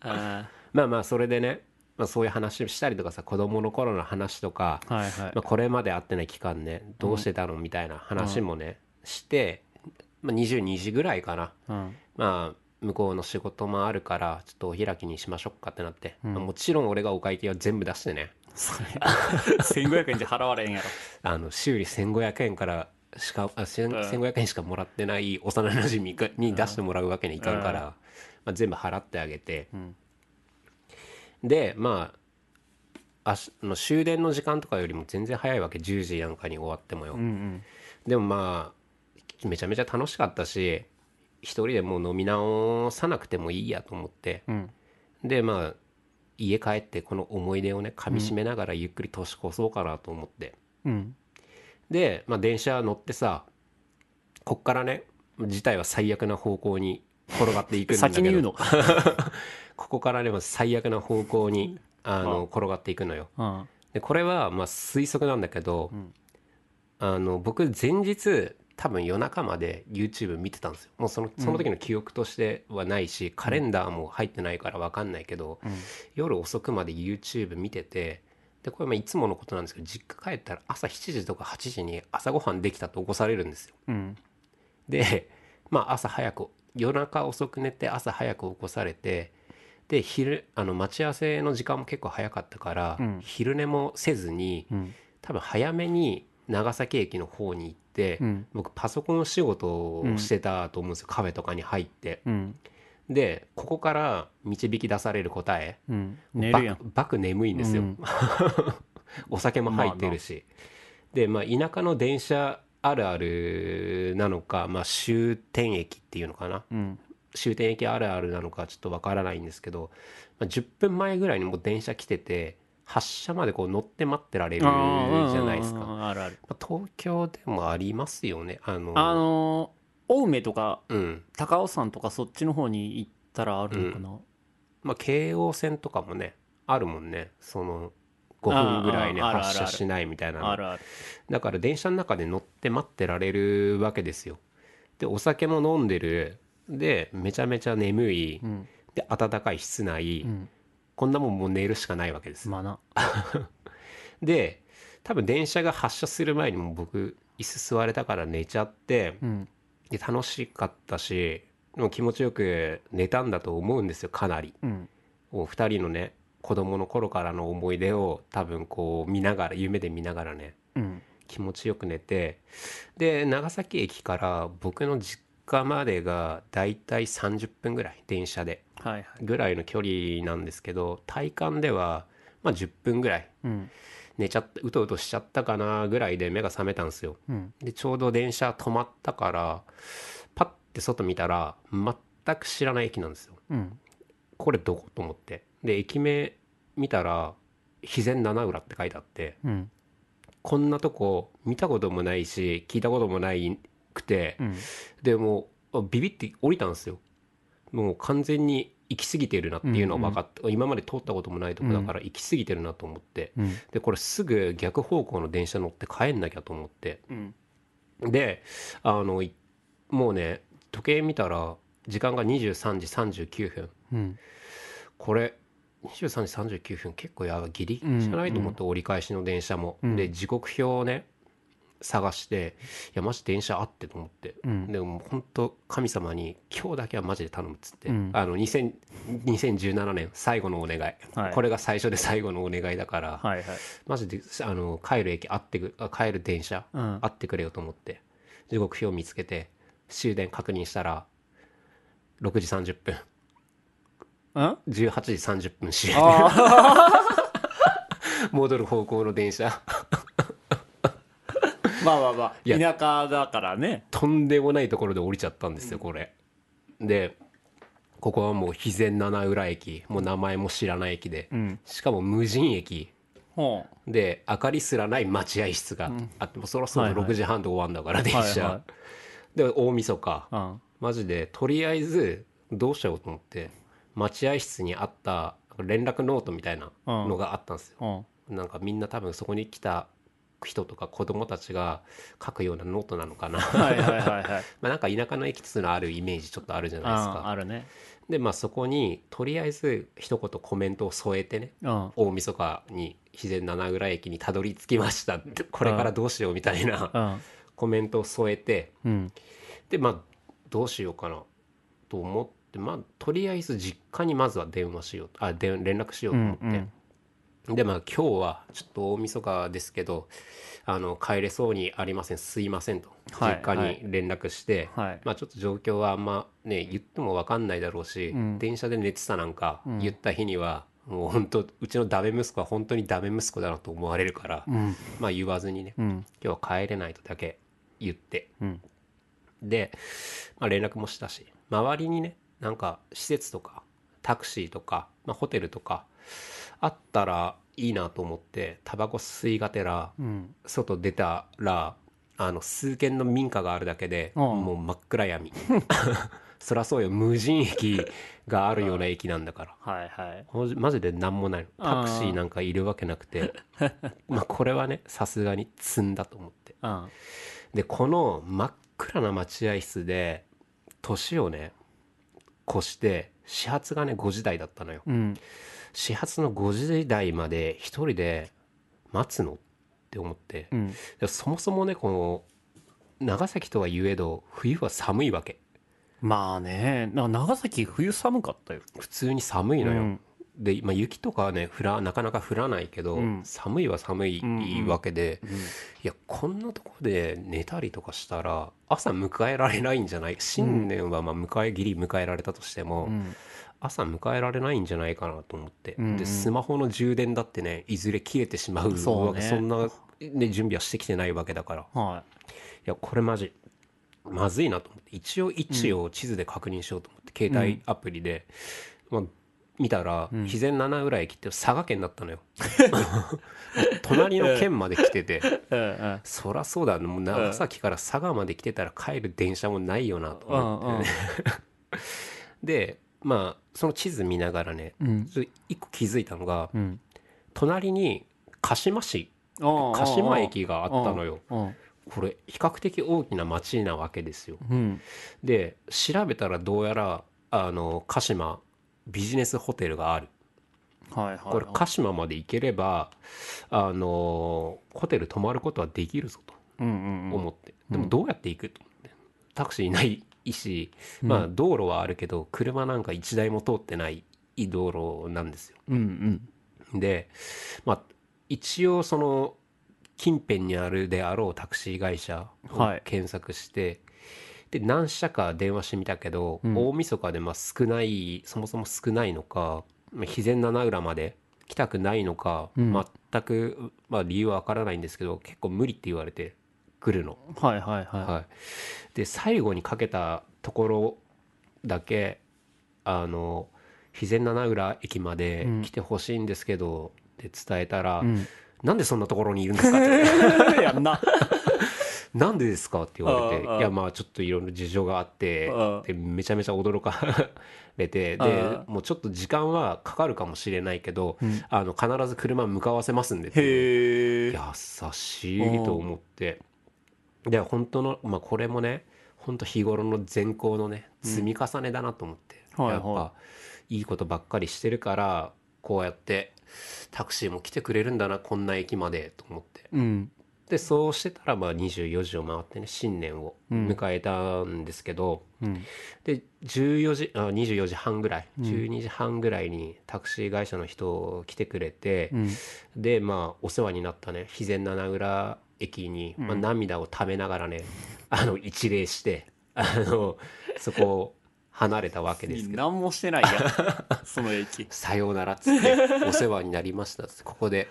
あ
まあまあそれでね、まあ、そういう話したりとかさ子供の頃の話とか、
ーはいはい
まあ、これまで会ってない期間ねどうしてたのみたいな話もね、して、まあ、22時ぐらいかな
うん
まあ向こうの仕事もあるからちょっとお開きにしましょうかってなって、
うん
まあもちろん俺がお会計は全部出してね
それ (laughs) 1500円じゃ払われへんやろ
あの修理1500円からしかあせん
うん
1500円しかもらってない幼馴染みに出してもらうわけにいかんから、
うん
まあ、全部払ってあげて、
うん
でまああしあの終電の時間とかよりも全然早いわけ10時なんかに終わってもよ、
うんうん
でもまあめちゃめちゃ楽しかったし一人でもう飲み直さなくてもいいやと思って
うん
でまあ家帰ってこの思い出をねかみしめながらゆっくり年越そうかなと思って、
うん
で、まあ、電車乗ってさこっからね事態は最悪な方向に転がっていくんだけど
先に言うの
ここからでも最悪な方向にあの転がっていくのよ
うん
でこれはまあ推測なんだけど、
うん
あの僕前日多分夜中まで YouTube 見てたんですよもうそのその時の記憶としてはないし、カレンダーも入ってないから分かんないけど、
うん
夜遅くまで YouTube 見ててでこれまあいつものことなんですけど実家帰ったら朝7時とか8時に朝ごはんできたと起こされるんですよ
うん
で (laughs) まあ朝早く夜中遅く寝て朝早く起こされてで昼あの待ち合わせの時間も結構早かったから、
うん
昼寝もせずに
うん
多分早めに長崎駅の方に行って、
うん
僕パソコンの仕事をしてたと思うんですよ、カフェとかに入って
うん
でここから導き出される答え
うん寝るやん
バクバク眠いんですよ、
うん
(laughs) お酒も入ってるし、でまあ田舎の電車あるあるなのか、まあ、終点駅っていうのかな
うん
終点駅あるあるなのかちょっとわからないんですけど、まあ、10分前ぐらいにもう電車来てて発車までこう乗って待ってられるじゃないですか、
あーうんう
ま
んうんあるある
あ東京でもありますよねあの
あのー青梅とか
うん
高尾山とかそっちの方に行ったらあるのかな、
まあ、京王線とかもねあるもんねその5分ぐらいに
あーあーあるある
発車しないみたいなの
あるある
だから電車の中で乗って待ってられるわけですよでお酒も飲んでるでめちゃめちゃ眠い
うん、
で暖かい室内、
うん、
こんなもんもう寝るしかないわけです、
まあな
で多分電車が発車する前にもう僕椅子座れたから寝ちゃって
うん
で楽しかったしもう気持ちよく寝たんだと思うんですよかなり
うん
お二人のね子供の頃からの思い出を多分こう見ながら夢で見ながらね
うん
気持ちよく寝てで長崎駅から僕の実家までがだいたい30分ぐらい電車で
はいはい
ぐらいの距離なんですけど体感ではまあ10分ぐらい
うん
寝ちゃったうとうとしちゃったかなぐらいで目が覚めたんですよ
うん
でちょうど電車止まったからパッて外見たら全く知らない駅なんですよ
うん
これどこと思ってで駅名見たら肥前七浦って書いてあって
うん
こんなとこ見たこともないし聞いたこともないくて、
うん
でもうあビビって降りたんですよもう完全に行き過ぎてるなっていうのは分かって、今まで通ったこともないとこだから行き過ぎてるなと思って、
うん
でこれすぐ逆方向の電車乗って帰んなきゃと思って
うん
であのいもうね時計見たら時間が23時39分
うん
これ23時39分結構やばいギリギリじゃないと思って折り返しの電車も、
うん
で時刻表をね探していやマジ電車あってと思って、
うん
でももう本当神様に今日だけはマジで頼むっつって、
うん
あの2000 2017年最後のお願い、
はい
これが最初で最後のお願いだから、
はいはい
マジであの帰る駅あってくあ帰る電車
うん
あってくれよと思って時刻表見つけて終電確認したら6時30分
(laughs) うん
18時30分終電
あ
戻る方向の電車 (laughs)
ーまあまあまあ
いや
田舎だからね
とんでもないところで降りちゃったんですよこれでここはもう肥前七浦駅もう名前も知らない駅で
うん
しかも無人駅
ほう
で明かりすらない待合室があってもうそろそろ
はいはい
6時半で終わんだから電
はい
車
は
で大晦日
うん
マジでとりあえずどうしようと思って待合室にあった連絡ノートみたいなのがあったんですよ
うん
なんかみんな多分そこに来た人とか子供たちが書くようなノートなのかな
はいはい (laughs) はいはい
まあなんか田舎の駅っていうのはあるイメージちょっとあるじゃないです
ああ
か
るね
でまあそこにとりあえず一言コメントを添えてね
うん
大晦日に肥前七浦駅にたどり着きましたってこれからどうしようみたいな
うん
コメントを添えて
うん
でまあどうしようかなと思ってまあとりあえず実家にまずは電話しようあで連絡しようと思って、
うん
でまあ今日はちょっと大晦日ですけどあの帰れそうにありませんすいませんと
はい
実家に連絡して、
はい
まあちょっと状況はあんまね言っても分かんないだろうし、
うん
電車で寝てたなんか
うん
言った日には、もう本当うちのダメ息子は本当にダメ息子だなと思われるから、
うん
まあ言わずにね
うん
今日は帰れないとだけ言って
うん
で、まあ、連絡もしたし周りにねなんか施設とかタクシーとか、まあ、ホテルとかあったらいいなと思ってタバコ吸いがてら
うん
外出たらあの数軒の民家があるだけで、
うん
もう真っ暗闇 (laughs) そりゃそうよ無人駅があるような駅なんだから
はいはい
ほんマジで何もないのタクシーなんかいるわけなくて (laughs) まあこれはねさすがに積んだと思って
うん
でこの真っ暗な待合室で年をね越して始発がね5時台だったのよ
うん
始発の5時台まで一人で待つのって思って
うん
でそもそもねこの長崎とはいえど冬は寒いわけ
まあねな長崎冬寒かったよ
普通に寒いのよ、
うん
で、まあ、雪とかはね降らなかなか降らないけど、
うん
寒いは寒いわけで、
うん
いやこんなとこで寝たりとかしたら朝迎えられないんじゃない新年はまあ迎えぎり迎えられたとしても、
うん
朝迎えられないんじゃないかなと思って、
うんうん
でスマホの充電だってねいずれ切れてしまう
そう
わけ
ね
そんな、ね、準備はしてきてないわけだからい
は
やこれマジまずいなと思って一応位置を地図で確認しようと思って、携
うん
帯アプリで、まあ、見たら
うん
肥前七浦駅って佐賀県
(laughs)
だったのよ隣の県まで来てて。
いうん
そらそうだねもう長崎から佐賀まで来てたら帰る電車もないよなと
う
思
ん
っ
う
て、
ん
でまあその地図見ながらね
うん
ちょっと一個気づいたのが
うん
隣に鹿島市鹿島駅があったのよ
うん
これ比較的大きな町なわけですよ
うん
で調べたらどうやらあの鹿島ビジネスホテルがある
はいはい
これ鹿島まで行ければあのホテル泊まることはできるぞと
うんうんうん
思って、でもどうやって行くと思ってタクシーいないし、まあ道路はあるけど車なんか一台も通ってない道路なんですよ
うんうん
でまあ一応その近辺にあるであろうタクシー会社を
はい
検索して、で何社か電話してみたけど、
うん
大晦日でまあ少ないそもそも少ないのかまあ肥前七浦まで来たくないのか、
うん
全く、まあ、理由はわからないんですけど結構無理って言われて来るの。
はいはいは
はい、で最後にかけたところだけあの肥前七浦駅まで来てほしいんですけど、って伝えたら、
いうん
なんでそんなところにいるんですかって言
(laughs)
われて
やんな
なんでですかって言われて
ああああ
いやまあちょっといろいろ事情があって
ああ
でめちゃめちゃ驚かれてで
ああ
もうちょっと時間はかかるかもしれないけど、
うん
あの必ず車向かわせますんでって
へえ
優しいと思ってで本当のまあこれもね本当日頃の善行のね
うん
積み重ねだなと思って、
はいはい
やっぱいいことばっかりしてるからこうやってタクシーも来てくれるんだなこんな駅までと思って
うん
でそうしてたらまあ24時を回ってね新年を迎えたんですけど、
うん
で14時あ24時半ぐらい
うん
12時半ぐらいにタクシー会社の人来てくれて、
うん
でまあお世話になったね肥前七浦駅に、まあ、
うん
涙をためながらね、 (laughs) あの一礼してあのそこを離れたわけですけど
何もしてないやその駅
「さようなら」っつって「お世話になりました」っつってここで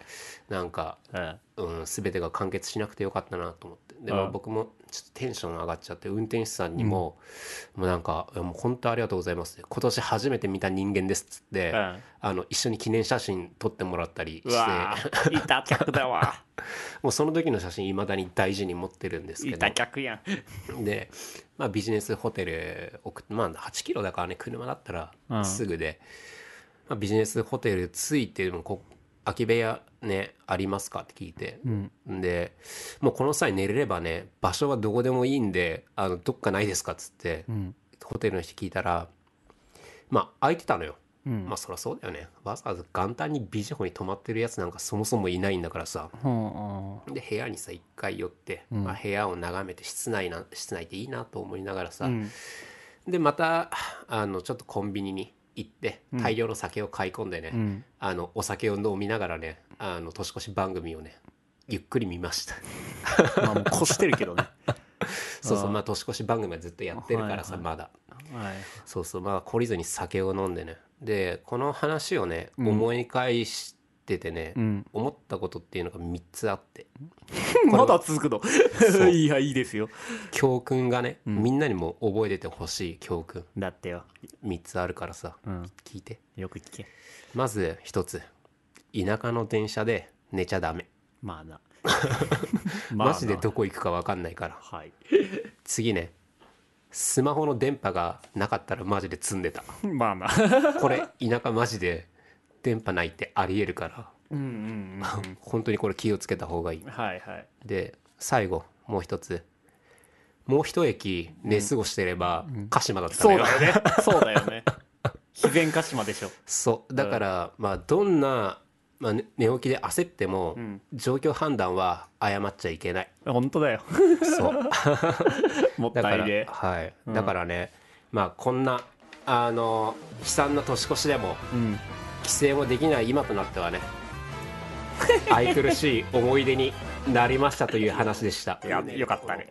なんか、
うん
うん、全てが完結しなくてよかったなと思ってでも
うん
僕もちょっとテンション上がっちゃって運転手さんにも「もうなんかいやもう本当ありがとうございます」今年初めて見た人間です」っつって、
うん
あの一緒に記念写真撮ってもらったりして
う。わーいた客だわ
(laughs) もうその時の写真いまだに大事に持ってるんですけ
い
ど
た客やん
で、まあ、ビジネスホテル送って、まあ、8キロだからね車だった
う
ら
ん
すぐで、まあ、ビジネスホテル着いてもこ空き部屋ねありますかって聞いて、
うん
でもうこの際寝れればね場所はどこでもいいんであのどっかないですかっつって、
うん
ホテルの人聞いたらまあ空いてたのよ。
うん
まあそりゃそうだよねわざわざ元旦にビジホに泊まってるやつなんかそもそもいないんだからさ、
うんうん
で部屋にさ一回寄って、
うん
まあ、部屋を眺めて室内な室内っていいなと思いながらさ、
うん
でまたあのちょっとコンビニに行って
うん
大量の酒を買い込んでね、
うん
あのお酒を飲みながらねあの年越し番組をねゆっくり見ま
(laughs)
した
(laughs) まあもう越してるけどね (laughs)
そうそう
あー
まあ年越し番組はずっとやってるからさ、
はい
まだ
はい
そうそうまあ懲りずに酒を飲んでねでこの話をね
うん
思い返しててね、
うん
思ったことっていうのが3つあって
(laughs) まだ続くの
そ
(laughs)
う
いやいいですよ
教訓がね、
ん
みんなにも覚えててほしい教訓
だってよ、
3つあるからさ
うん、
聞いて
よく聞け
まず1つ田舎の電車で寝ちゃダメ
ま (laughs) あな
マジでどこ行くか分かんないから
はい
次ねスマホの電波がなかったらマジで積んでた
(laughs) まあまあ
これ田舎マジで電波ないってありえるから
(laughs) うんうんうんうん
本当にこれ気をつけた方がいい
はいはい
で最後もう一つもう一駅寝過ごしてれば鹿島だったの
そう
よ、
だよ (laughs) ねそうだよね自然鹿島でしょ
そうだから、まあどんな、まあ、ね寝起きで焦っても、
うん
状況判断は誤っちゃいけない
(laughs) 本当だよ
そ
(laughs)
う
もっ
だか
た
ら
いで
はい、
うん
だからねまあこんなあの悲惨な年越しでも
うん
帰省もできない今となってはね
(laughs)
愛くるしい思い出になりましたという話でした
いやよかったね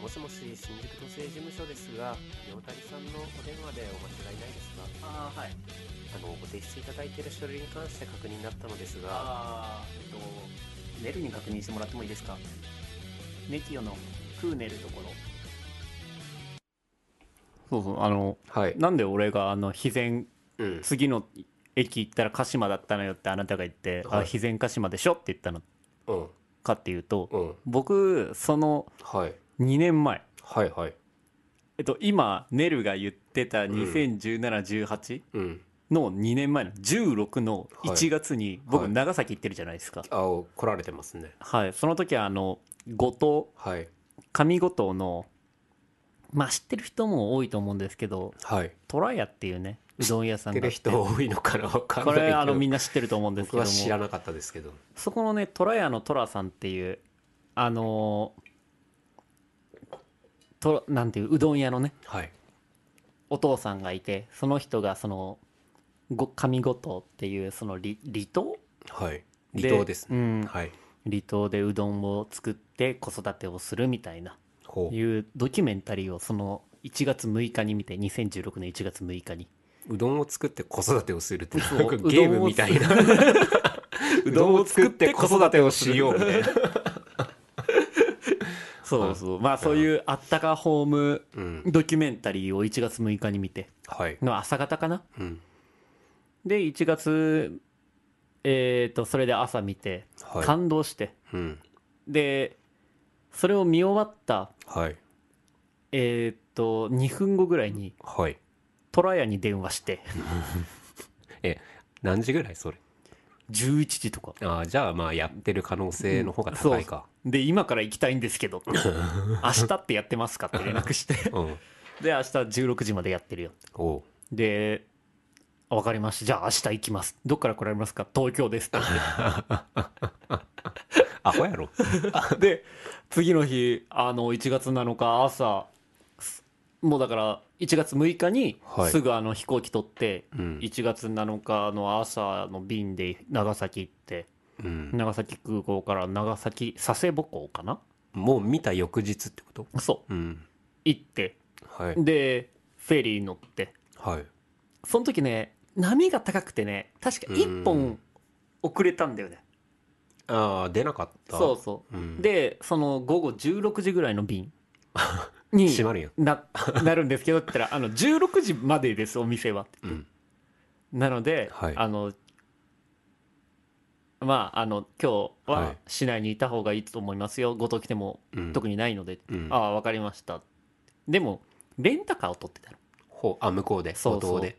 もしもし新宿都政事務所ですが陽谷さんのお電話でお間違いないですか
ああはい
あのご提出いただいている書類に関して確認になったのですが
あーえっとネルに確認してもらってもいいですかネキオのクーネルところそうそうあの
はい
なんで俺があの肥前
うん
次の駅行ったら鹿島だったのよってあなたが言って「
はい
あ肥前鹿島でしょ」って言ったの
うん
かっていうと
うん
僕その
はい
2年前
はいはい
えっと今ネルが言ってた201718
うん
の2年前の16の1月に
は
僕
い
長崎行ってるじゃないですか
あお来られてますね
はいその時はあの後
はい
藤上五島のまあ知ってる人も多いと思うんですけど
はい
トラヤっていうねうどん屋さ
知っ
ん
て
があ
る
って
人多いのかなわかん
こ
ないけ
れ
ど
あ
(laughs)
のみんな知ってると思うんですけ
僕
ど
は知ら
も
なかったですけど
そこのねトラヤのトラさんっていうあのとなんていううどん屋のね
はい
お父さんがいてその人がそのご上五島っていうその離離島
はい離島ですね
うん
はい
離島でうどんを作って子育てをするみたいな
ほ
いうドキュメンタリーをその1月6日に見て2016年1月6日に
ううどんを作って子育てをするってなん
そう
か
うどんを
ゲームみたいなうどんを作って子育てをしようみたいな
そうそうまあそういうあったかホーム
うん
ドキュメンタリーを1月6日に見て
はい
の朝方かな
うん
で1月えっ、とそれで朝見て
はい
感動して、
うん
でそれを見終わった
はい
えっ、と2分後ぐらいに
はい
トラヤに電話して
え何時ぐらいそれ
11時とか
ああじゃあまあやってる可能性の方が高いか
で今から行きたいんですけ
(laughs)
ど明日ってやってますかって連絡して
うん
で明日16時までやってるよ
おう
で分かりましたじゃあ明日行きますどっから来られますか東京ですって
アホやろ
言って (laughs) で次の日あの1月7日朝すもうだから1月6日に
はい
すぐあの飛行機取って、
うん
1月7日の朝の便で長崎行って
うん
長崎空港から長崎佐世保港かな
もう見た翌日ってこと
そう
うん
行って
はい
でフェリー乗って
はい
その時ね波が高くてね確か1
う
本
ん
遅れたんだよね
ああ出なかった
そうそ
うん
うでその午後16時ぐらいの
(laughs)
便に
閉まるよ
ななるんですけどって言ったら「あの16時までですお店は」
うん
なので、
はい
あのまああの今日
は
はい市内にいた方がいいと思いますよごと来ても
うん
特にないので、
うん
ああ分かりましたでもレンタカーを取ってたの
ほうあ向こうで
そうそう
歩道で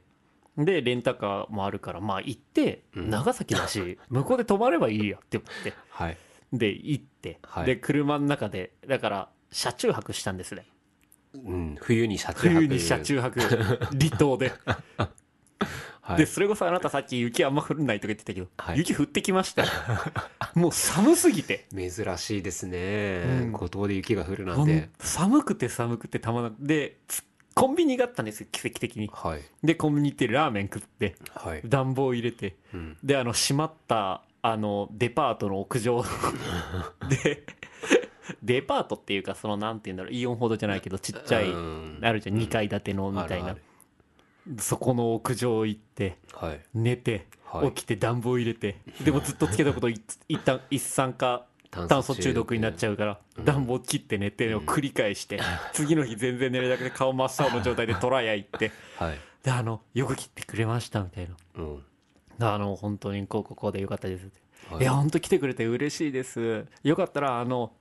でレンタカーもあるからまあ行って
うん
長崎だ
(laughs)
し向こうで泊まればいいやって思って
はい
で行って、
はい
で車の中でだから車中泊したんですね
うん冬に車中泊
冬に車中
(laughs)
泊離島で、
はい
でそれこそあなたさっき雪あんま降らないとか言ってたけど、
はい
雪降ってきま
(laughs)
したよもう寒すぎて
珍しいです
う
ね
ん
五島で雪が降るなんて
ほん寒くて寒くてたまらなくでつコンビニがあったんですよ奇跡的に
はい
でコンビニ行ってラーメン食って
はい
暖房入れて
うん
であの閉まったあのデパートの屋
(laughs)
上でデパートっていうかそのなんて言うんだろうイオンほどじゃないけどちっちゃい
うん
あるじゃん2階建てのみたい
あ
な
る
そこの屋上行って
あるはい
寝て
はい
起きて暖房入れてでもずっとつけたことい一旦一酸化炭素中毒になっち
ゃ
ゃうから暖房切って寝てを繰り返
(laughs)
して次の日全然寝れなくて顔真っ青の状態でトライア行って
うはい
であのよく切ってくれましたみたいな
うん
あの本当にこうここでよかったですっていや、本当来てくれて嬉しいです。よかったら、あの、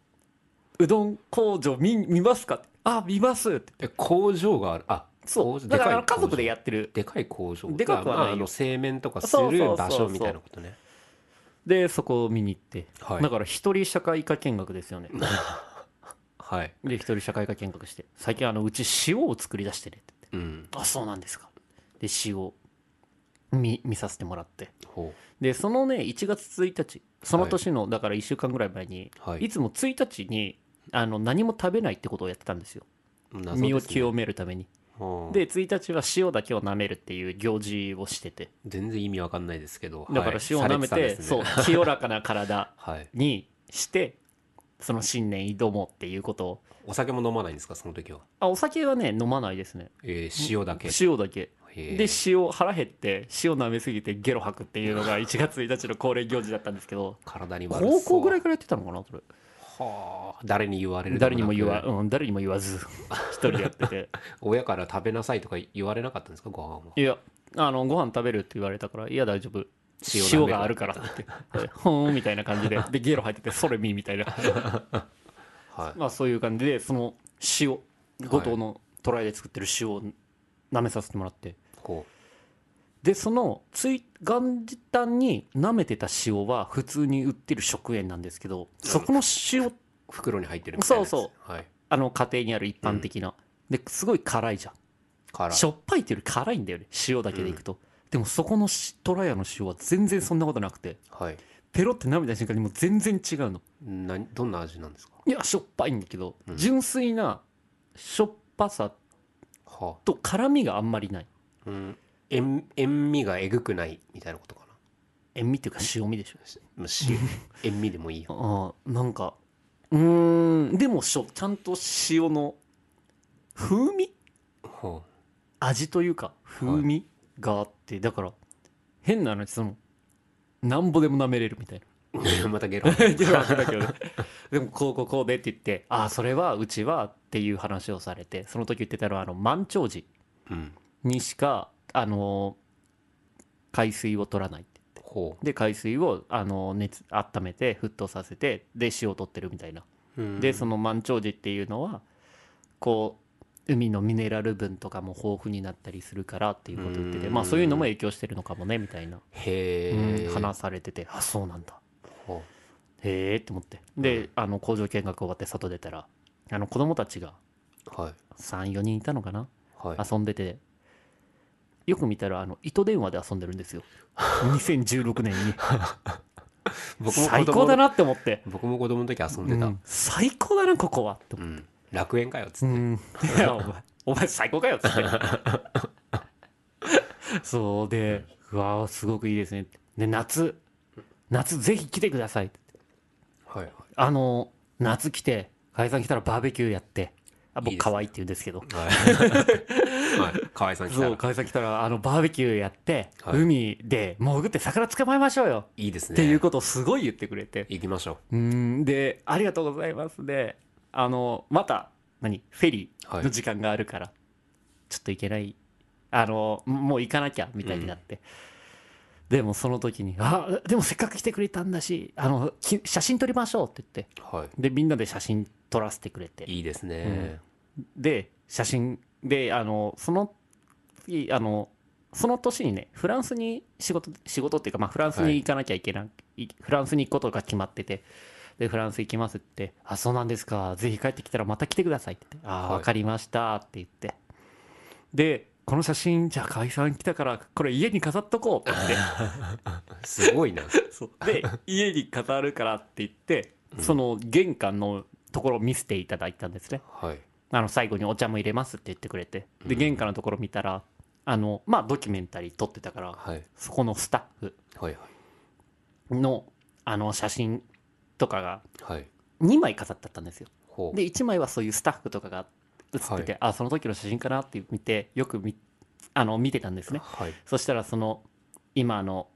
うどん工場見見ますかってあ、見ますって。
え工場があるあ
そ
工
う。
場
だからあの
でかい工場
家族でやってる。
でかい工場
でかくはないよ
ああの製麺とかす
そうそうそ
る
うそう
場所みたいなことね
で、そこを見に行って。
はい
だから、一人社会科見学ですよね。
はい
で、一人社会科見学して。最近、あの、うち塩を作り出してねって
うん
あ、そうなんですか。で、塩を見、見させてもらって。
ほ
でそのね1月1日その年の、だから1週間ぐらい前に、
はい
い、つも1日にあの何も食べないってことをやってたんですよ
う謎ですね
身を清めるために
うん
で1日は塩だけを舐めるっていう行事をしてて
全然意味わかんないですけど
だから塩を舐めて,、そう清らかな体
はいされてたんですね、はい
にしてその新年挑もうっていうことを
お酒も飲まないんですかその時は、
あお酒はね飲まないですね
えー、塩だけ
塩だけ
へー
で塩腹減って塩舐めすぎてゲロ吐くっていう
(laughs)
のが1月1日の恒例行事だったんですけど
体に悪そう
高校ぐらいからやってたのかなそれ
はあ誰に言われるで
誰にも言わ、
なく
うん、誰にも言わ
(laughs)
ず一人でやってて
親から食べなさいとか言われなかったんですかご飯はい
やあのご飯食べるって言われたからいや大丈夫
塩
塩
舐めろ
があるからって言ってほーんみたいな感じででゲロ入っててそれ見みたいな
はい
まあそういう感じでその塩後藤のトライで作ってる塩を舐めさせてもらって
こ
でそのつい元旦に舐めてた塩は普通に売ってる食塩なんですけどそこの塩
う袋に入ってるみたいなやつ
そう
はい
あの家庭にある一般的な、ですごい辛いじゃん
から
しょっぱいっていうより辛いんだよね塩だけでいくと、でもそこのしトラヤの塩は全然そんなことなくて
はい
ペロって舐めた瞬間にもう全然違うの
などんな味なんですか
いやしょっぱいんだけど、
うん
純粋なしょっぱさ
は
と辛みがあんまりない
あうん塩塩味がえぐくないみたいなことかな
塩味っていうか塩味でしょ
しまあ
(laughs)
塩塩味でもいいよ
ああなんかうーんでもしょちゃんと塩の風味
ほ
味というか風味があって、だから変な話そのなんぼでも舐めれるみたいな
うまたゲロ
ではあ (laughs) ったけどね (laughs) でもこうこうこうでって言ってああそれはうちはっていう話をされてその時言ってたのはあの満潮時
うん
にしかあのー海水を取らないって
ほ
で海水をあのー熱温めて沸騰させてで塩を取ってるみたいな
ううん
でその満潮時っていうのはこう海のミネラル分とかも豊富になったりするからっていうことを言ってて
うん
まあそういうのも影響してるのかもねみたいな、
へえ
うん話されててあそうなんだ
ほ
へえって思ってで、あの工場見学終わって外出たらあの子供たちが
うはい
34人いたのかな
はい
遊んでてよく見たらあの糸電話で遊んでるん
(laughs)
ですよ2016年に
僕も子供の
最高だなって思って、
僕も子供の時遊ん
う
でた
ん最高だなここはって
う
思って
ん楽園かよっつ
う
って
んいや (laughs) お前お前最高かよっつって (laughs) そうでうわーすごくいいですねってで夏夏ぜひ来てくださいって
はいはい
あの、夏来て、解散来たらバーベキューやって、あ
い
僕、
いですね
可愛いって言うんですけど、
はい。 (laughs) はい。河合さん来た
そう、
ら。
解散来たら、あの、バーベキューやって、
はい
海で潜って魚捕まえましょうよ
いいですね。
っていうことをすごい言ってくれて、
行きましょ
うーん、で、ありがとうございます。で、あの、また、何、フェリーの時間があるから、ちょっと行けない、あの、もう行かなきゃ、みたいになって。でもその時に「あでもせっかく来てくれたんだしあのき写真撮りましょう」って言って
う。は
でみんなで写真撮らせてくれて
い。いいですね。
で写真であのその次あのその年にねフランスに仕事仕事っていうか、まあ、フランス
はい
に行かなきゃいけない,い、フランスに行くことが決まっててでフランス行きますって言って「あそうなんですかぜひ帰ってきたらまた来てください」って言って「あ
はい
わ、かりました」って言ってでこの写真じゃあ解散来たからこれ家に飾っとこうって言っ
すごいな。 (laughs)
てそうで家に飾るからって言ってその玄関のところを見せていただいたんですね
はい。
あの最後にお茶も入れますって言ってくれてで玄関のところ見たらあのまあドキュメンタリー撮ってたから
はい。
そこのスタッ
はい。
フのあの写真とかが
はい。
2枚飾ってあったんですよ
ほう。
で1枚はそういうスタッフとかが写ってて、あその時の写真かなって見てよく見あの見てたんですね
はい。
そしたらその今の、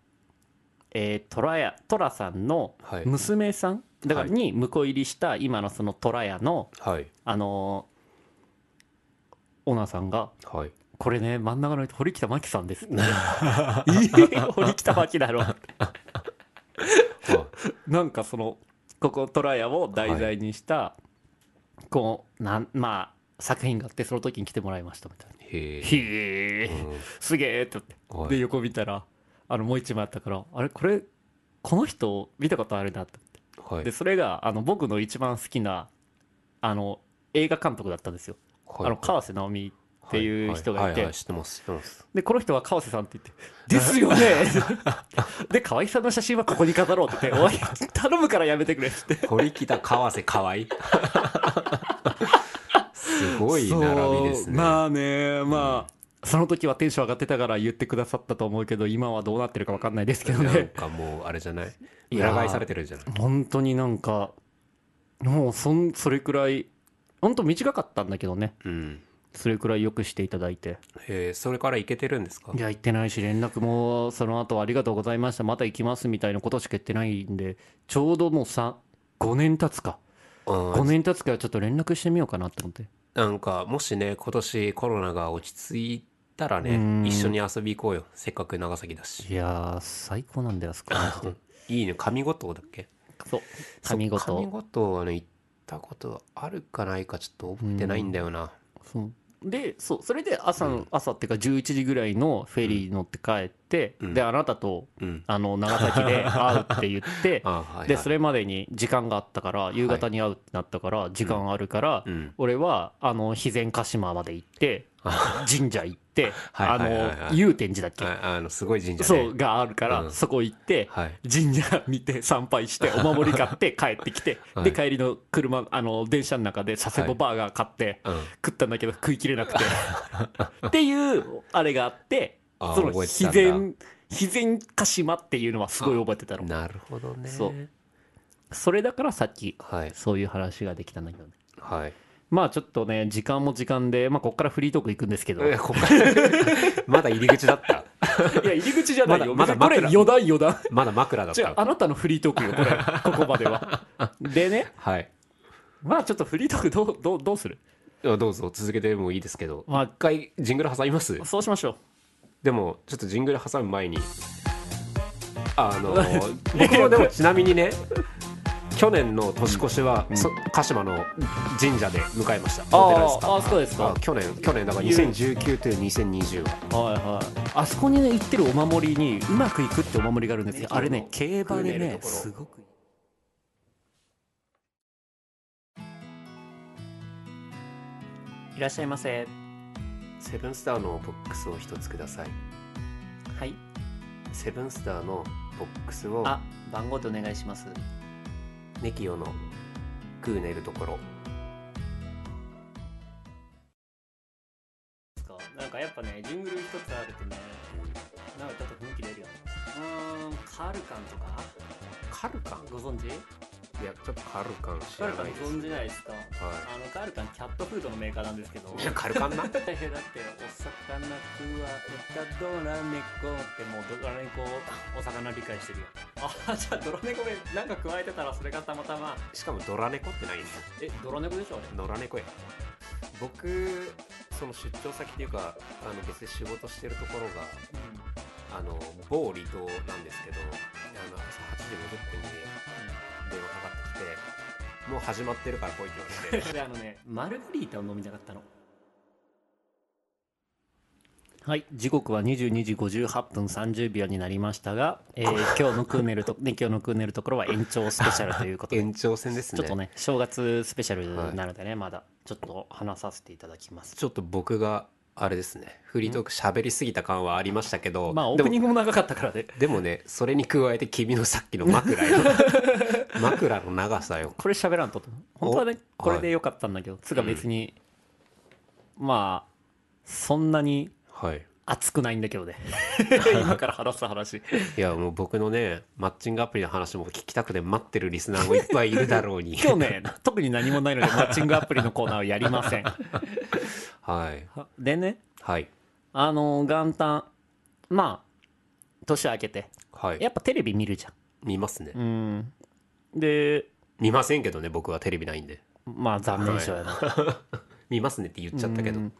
えー、トラヤトラさんの
はい
娘さん、だから
は
に婿入りした今のそのトラヤの
はい。
あのーオーナーさんが (laughs)
はい。
これね、真ん (laughs) 中の人、堀北真希さんです。いい堀北真希だろ。
は
(laughs) なんかそのここトラヤを題材にした、こうなんまあ作品があってその時に来てもらいましたみたいな「
いへ
(laughs)
え、
へえ、
うん
すげえ!」って言って、
はい
で横見たらあのもう一枚あったからあれこれこの人見たことあるなって、
はい
でそれがあの僕の一番好きなあの映画監督だったんですよ、
はい
あの川瀬直美っていう人がいて、
はははは知ってます知ってます
で、この人は川瀬さんって言って、 (laughs) ですよねで、河合さんの写真はここに飾ろう (laughs) って言って、おい、頼むからやめてくれって。
堀北川瀬
(laughs)
河合すごい並びです
そう
ね、
まあね、まあ、その時はテンション上がってたから言ってくださったと思うけど、今はどうなってるか分かんないですけど
なん
ね。
かもうあれじゃない
いやー
裏返されてるんじゃない
本当になんか、もうそん、それくらい、本当短かったんだけどね。
うん
それくらいよくしていただいて。
えー、それからいけてるんですか
いや、行ってないし、連絡も、その後ありがとうございました、また行きますみたいなことしか言ってないんで、ちょうどもうさ、5年経つか。
うん
5年経つからちょっと連絡してみようかなと思って。
なんかもしね今年コロナが落ち着いたら
うん
ね一緒に遊び行こうよせっかく長崎だし
いやー、最高なんだよ、あそこ。マジで
いいね上五島だっけ
そう。神事。
そう上五島はね行ったことあるかないかちょっと覚えてないんだよな
そうで、そう、それで朝の、朝っていうか11時ぐらいのフェリー乗って帰って、
うん
で、あなたと、
うん、
あの、長崎 (laughs) で会うって言って、
あはい、はい、
で、それまでに時間があったから、夕方に会うってなったから、時間あるから
う、ん
俺は、あの、肥前鹿島まで行 (laughs) って、
あ
神社行って、
は
あ
いはいはいはい
の、祐天寺だっけ、
ああのすごい神社ね
そう、があるから、
うん
そこ行って、
はい
神社見て参拝してお守り買って帰ってきて、
はい
で帰りの車あの電車の中で佐世保バーガー買って、
うん
食ったんだけど食いきれ
(laughs)
なくてっていうあれがあって
あー
その
覚えてた
肥
んだ
前肥前鹿島っていうのはすごい覚えてたの
なるほどね
そうそれだからさっき
はい
そういう話ができたんだけどね
はい
まあちょっとね時間も時間で、まあ、こっからフリートーク行くんですけどい
え
や
ここから (laughs) まだ入り口だった
入り口じゃないよ
まだ
別にこ
まだ
れ
枕
余談余談
まだ枕だっ
違う
た
あなたのフリートークよこれここまで
(laughs)
はでね
はい
まあちょっとフリートークどうどうどうする
いやどうぞ続けてもいいですけど
まあ
一回ジングル挟みます
そうしましょう
でもちょっとジングル挟む前にあ
(laughs)
の僕もでもちなみにね去年の年越しは、そ鹿島の神社で迎えました
あー
お寺ですか
あそうですか
あ去年去年だから2019と2020は
はいはいあそこにね行ってるお守りにうまくいくってお守りがあるんですよあれね競馬でねすごくいらっしゃいませ
セブンスターのボックスを一つください
はい
セブンスターのボックスを
あ番号でお願いします
ネキオのクーネるところ
なんかやっぱねジングル一つあるとねなんかちょっと雰囲気出るようーんカルカンとか
カルカン
ご存知
いやちょっとカルカン知
カ
ら
ルカン
ないです
存じないですか
は
あのカルカンキャットフードのメーカーなんです (laughs) けど
いいやカルカンな
だってお魚くわえたドラ猫ってもうドラ猫お魚理解してるよあじゃあドラ猫でなんか加えてたらそれがたまたま
しかもドラ猫ってないんです
え
よ
ドラ猫でしょ
野良猫や僕その出張先っていうかあの別で仕事してるところが
あ
あの某離島なんですけどあの朝8時50分に電話かかってきてもう始まってるから来いって言
(laughs) れ、
われて
うん、であのねマルグリータを飲みたかったのはい時刻は22時58分30秒になりましたが、えー今日のクーネルと、ね、今日のクーネルところは延長スペシャルという (laughs) ことで
延長戦ですね
ちょっとね正月スペシャルなのでね、まだちょっと話させていただきます
ちょっと僕があれですねフリートーク喋りすぎた感はありましたけど
まあオー
で
プニン
も
グも長かったからね
でもねそれに加えて君のさっきの
(laughs)
枕よ枕の長さよ
これ喋らんとと本当はね
お
これでよかったんだけど、つうか別に、まあそんなに
はい
熱くないんだけど
(laughs)
ね今から話す話
いやもう僕のねマッチングアプリの話も聞きたくて待ってるリスナーもいっぱいいるだろ
(laughs)
うに
今日ね特に何もないのでマッチングアプリのコーナーはやりませ
(laughs)
ん
はい
でね
はい
あの元旦まあ年明けて
はい
やっぱテレビ見るじゃ
見ますね
んうんで
見ませんけどね僕はテレビないんで
まあ残念賞やな、
(laughs) 見ますねって言っちゃったけど
うん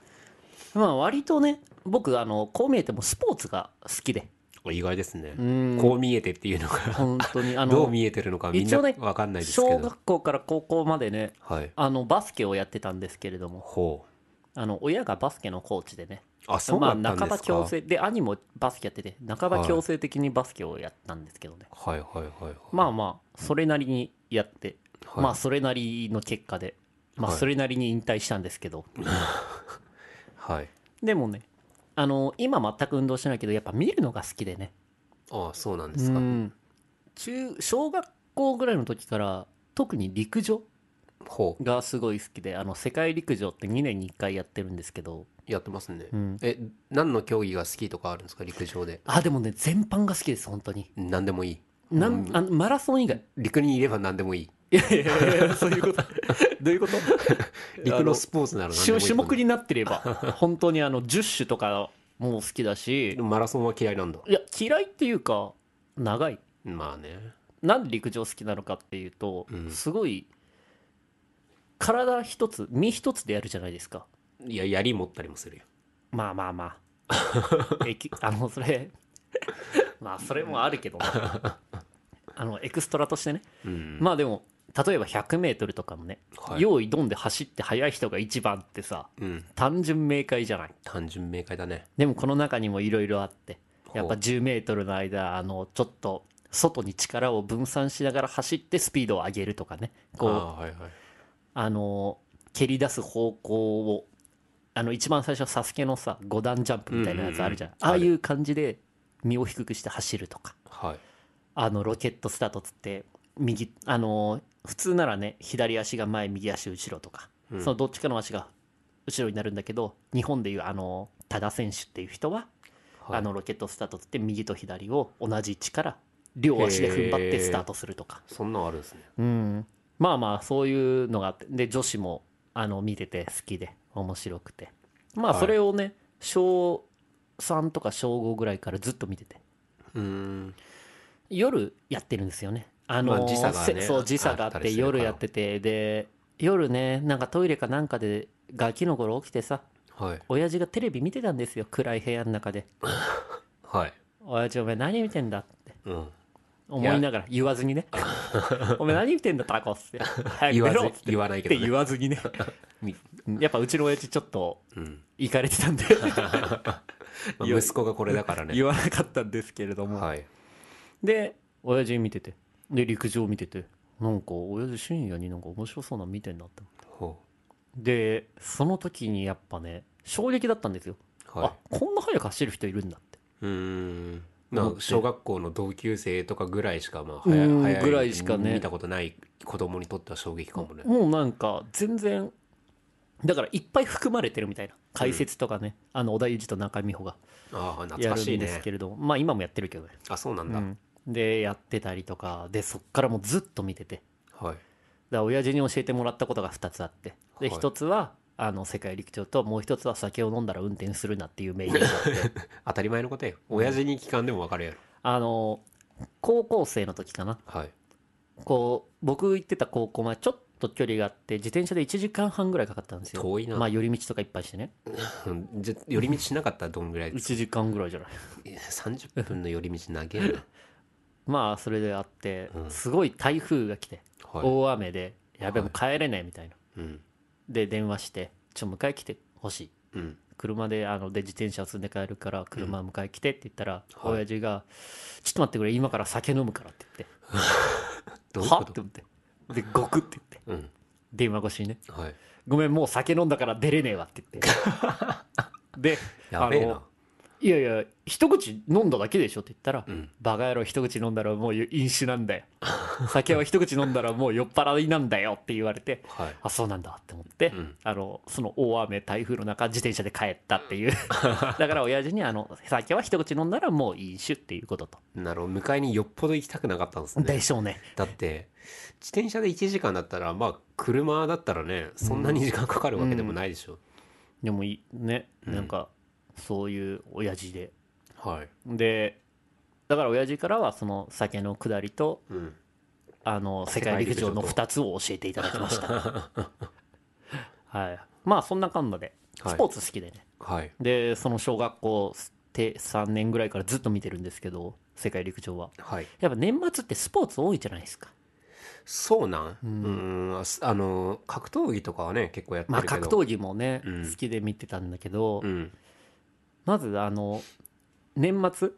まあ割とね僕あのこう見えてもスポーツが好きで
意外ですね
う、ん
こう見えてっていうのが
本当にあ
どう
の
見えてるのかみんな
一応ね
わかんないですけ
小
ど、
学校から高校までね
はい
あのバスケをやってたんですけれども
ほう
あの親がバスケのコーチでね
あそうだったんですか、
まあ、半ば強制で兄もバスケやってて半ば強制的にバスケをやったんですけどね、
はいはいはいはい
まあまあそれなりにやって、
はい
まあそれなりの結果でまあ
はい
それなりに引退したんですけど、
はい
でもねあの今全く運動してないけどやっぱ見るのが好きでね
ああそうなんですか、
うん中小学校ぐらいの時から特に陸上
ほう
がすごい好きであの世界陸上って2年に1回やってるんですけど、
やってますね、
うん
え何の競技が好きとかあるんですか陸上で
あでもね全般が好きです本当に
何でもいい
なん、あのマラソン以外
陸にいれば何でもい
い
い
やいやいや (laughs) そういうことどういうこと
(laughs) 陸のスポーツなら何で
種
もいい
種目になってれば本当にあの10種とかも好きだし
でもマラソンは嫌いなんだ
いや嫌いっていうか長い
まあね
なんで陸上好きなのかっていうと、
うん
すごい体一つ身一つでやるじゃないですか
いや槍持ったりもするよ
まあまあま
(laughs)
あえきあのそれまあそれもあるけど
(laughs)
なあのエクストラとしてね
うん
まあでも例えば 100m とかもね、
はい
用意ドンで走って速い人が一番ってさ
うん
単純明快じゃない
単純明快だね
でもこの中にもいろいろあって
ほう
やっぱ 10m の間あのちょっと外に力を分散しながら走ってスピードを上げるとかねこうあ
あーはいはい
の蹴り出す方向をあの一番最初はサスケのさ5段ジャンプみたいなやつあるじゃん,、
うんうんうん
ああいう感じで身を低くして走るとか
はい
あのロケットスタートつって右あの普通ならね左足が前右足後ろとか、
うん
そのどっちかの足が後ろになるんだけど日本でいうあの多田選手っていう人は
はい
あのロケットスタートって右と左を同じ位置から両足で踏ん張ってスタートするとか、
そんなんあるんですね
うん、まあまあそういうのがあってで女子もあの見てて好きで面白くてまあ
はい
それをね、小3とか小5ぐらいからずっと見てて
うーん
夜やってるんですよねあの、
まあ時差がね
せそう時差があ
あ
っ
ったり
て
するから
夜やっててで夜ねなんかトイレかなんかでガキの頃起きてさ
はい
親父がテレビ見てたんですよ暗い部屋の中で
はい
「親父お前何見てんだ」って
うん
思いながら言わず
(laughs)
にね「お前何見てんだタコ」っつって「早く
言わ
出
ず
ろ」っつって
言わない
っ
け
て
どね
言わずにね
(laughs) み
(laughs) やっぱうちの親父ちょっと
うん
行かれてた
(laughs)
んで
まあ
言わ
息子がこれだからね
言わなかったんですけれども、
はい
で親父見ててで陸上見ててなんか親父深夜になんか面白そうなの見てんだって
ほ
でその時にやっぱね衝撃だったんですよ、
うはい
あこんな速く走る人いるんだって
うーんまあ小学校の同級生とかぐらいしかまあ
うーん
早
ぐらいしかね
見たことない子供にとっては衝撃かもね
もうなんか全然だからいっぱい含まれてるみたいな解説とかね、あの小田裕二と中美穂が
ああ懐
や
か
る
しい
ん
ね
ですけれども、まあ今もやってるけどね、
あそうなん
う
だ、
んでやってたりとかでそっからもうずっと見ててだか
はい
ら親父に教えてもらったことが2つあってで
はい
1つはあの世界陸上ともう1つは酒を飲んだら運転するなっていう名
(laughs)
言があって
当たり前のことよ親父に聞かんでも分かるやろ
あの高校生の時かな
はい
こう僕行ってた高校までちょっと距離があって自転車で1時間半ぐらいかかったんですよ
遠いな
まあ寄り道とかいっぱいしてね
うんじゃ寄り道しなかったらどんぐらいです
1時間ぐらいじゃない
30分の寄り道投げる
まあそれであって
うん
すごい台風が来て
なはい、
大雨でやべもう帰れないみたいな
うん
で電話して「ちょ迎え来てほしい」
うん
車であので自転車を積んで帰るから車迎え来てって言ったら、
はい
親父が「ちょっと待ってくれ今から酒飲むから」って言って
ど
「
ういう
は
こ
っ?」て
と
思ってで「ゴク」って言って
うん
電話越しにね
はい
「ごめんもう酒飲んだから出れねえわ」って
(laughs)
言ってで
やべえ
あ
な
のいやいや一口飲んだだけでしょ」って言ったら「
うん
バカ野郎一口飲んだらもう飲酒なんだよ酒は一口飲んだらもう酔っ払いなんだよ」って言われて
はい
あそうなんだって思って、
うん
あのその大雨台風の中自転車で帰ったっていう (laughs) だから親父にあの酒は一口飲んだらもう飲酒っていうことと、
なるほど迎えによっぽど行きたくなかったんですね
でしょうね
だって自転車で1時間だったらまあ車だったらねそんなに時間かかるわけでもないでしょ、
でもいいね
うん
なんかそういう親父で
はい、
でだから親父からはその酒の下りと
うん、
あの世界陸上の
世界陸上と
2つを教えていただきました
(laughs)
はいまあそんな感じで
はい
スポーツ好きでね、
はい
でその小学校て3年ぐらいからずっと見てるんですけど世界陸上は
はい
やっぱ年末ってスポーツ多いじゃないですか
そうなん、
う
うんん、あすあの格闘技とかはね結構やってる
まあ
けど、
格闘技もね、
うん
好きで見てたんだけど、
うん
まずあの年末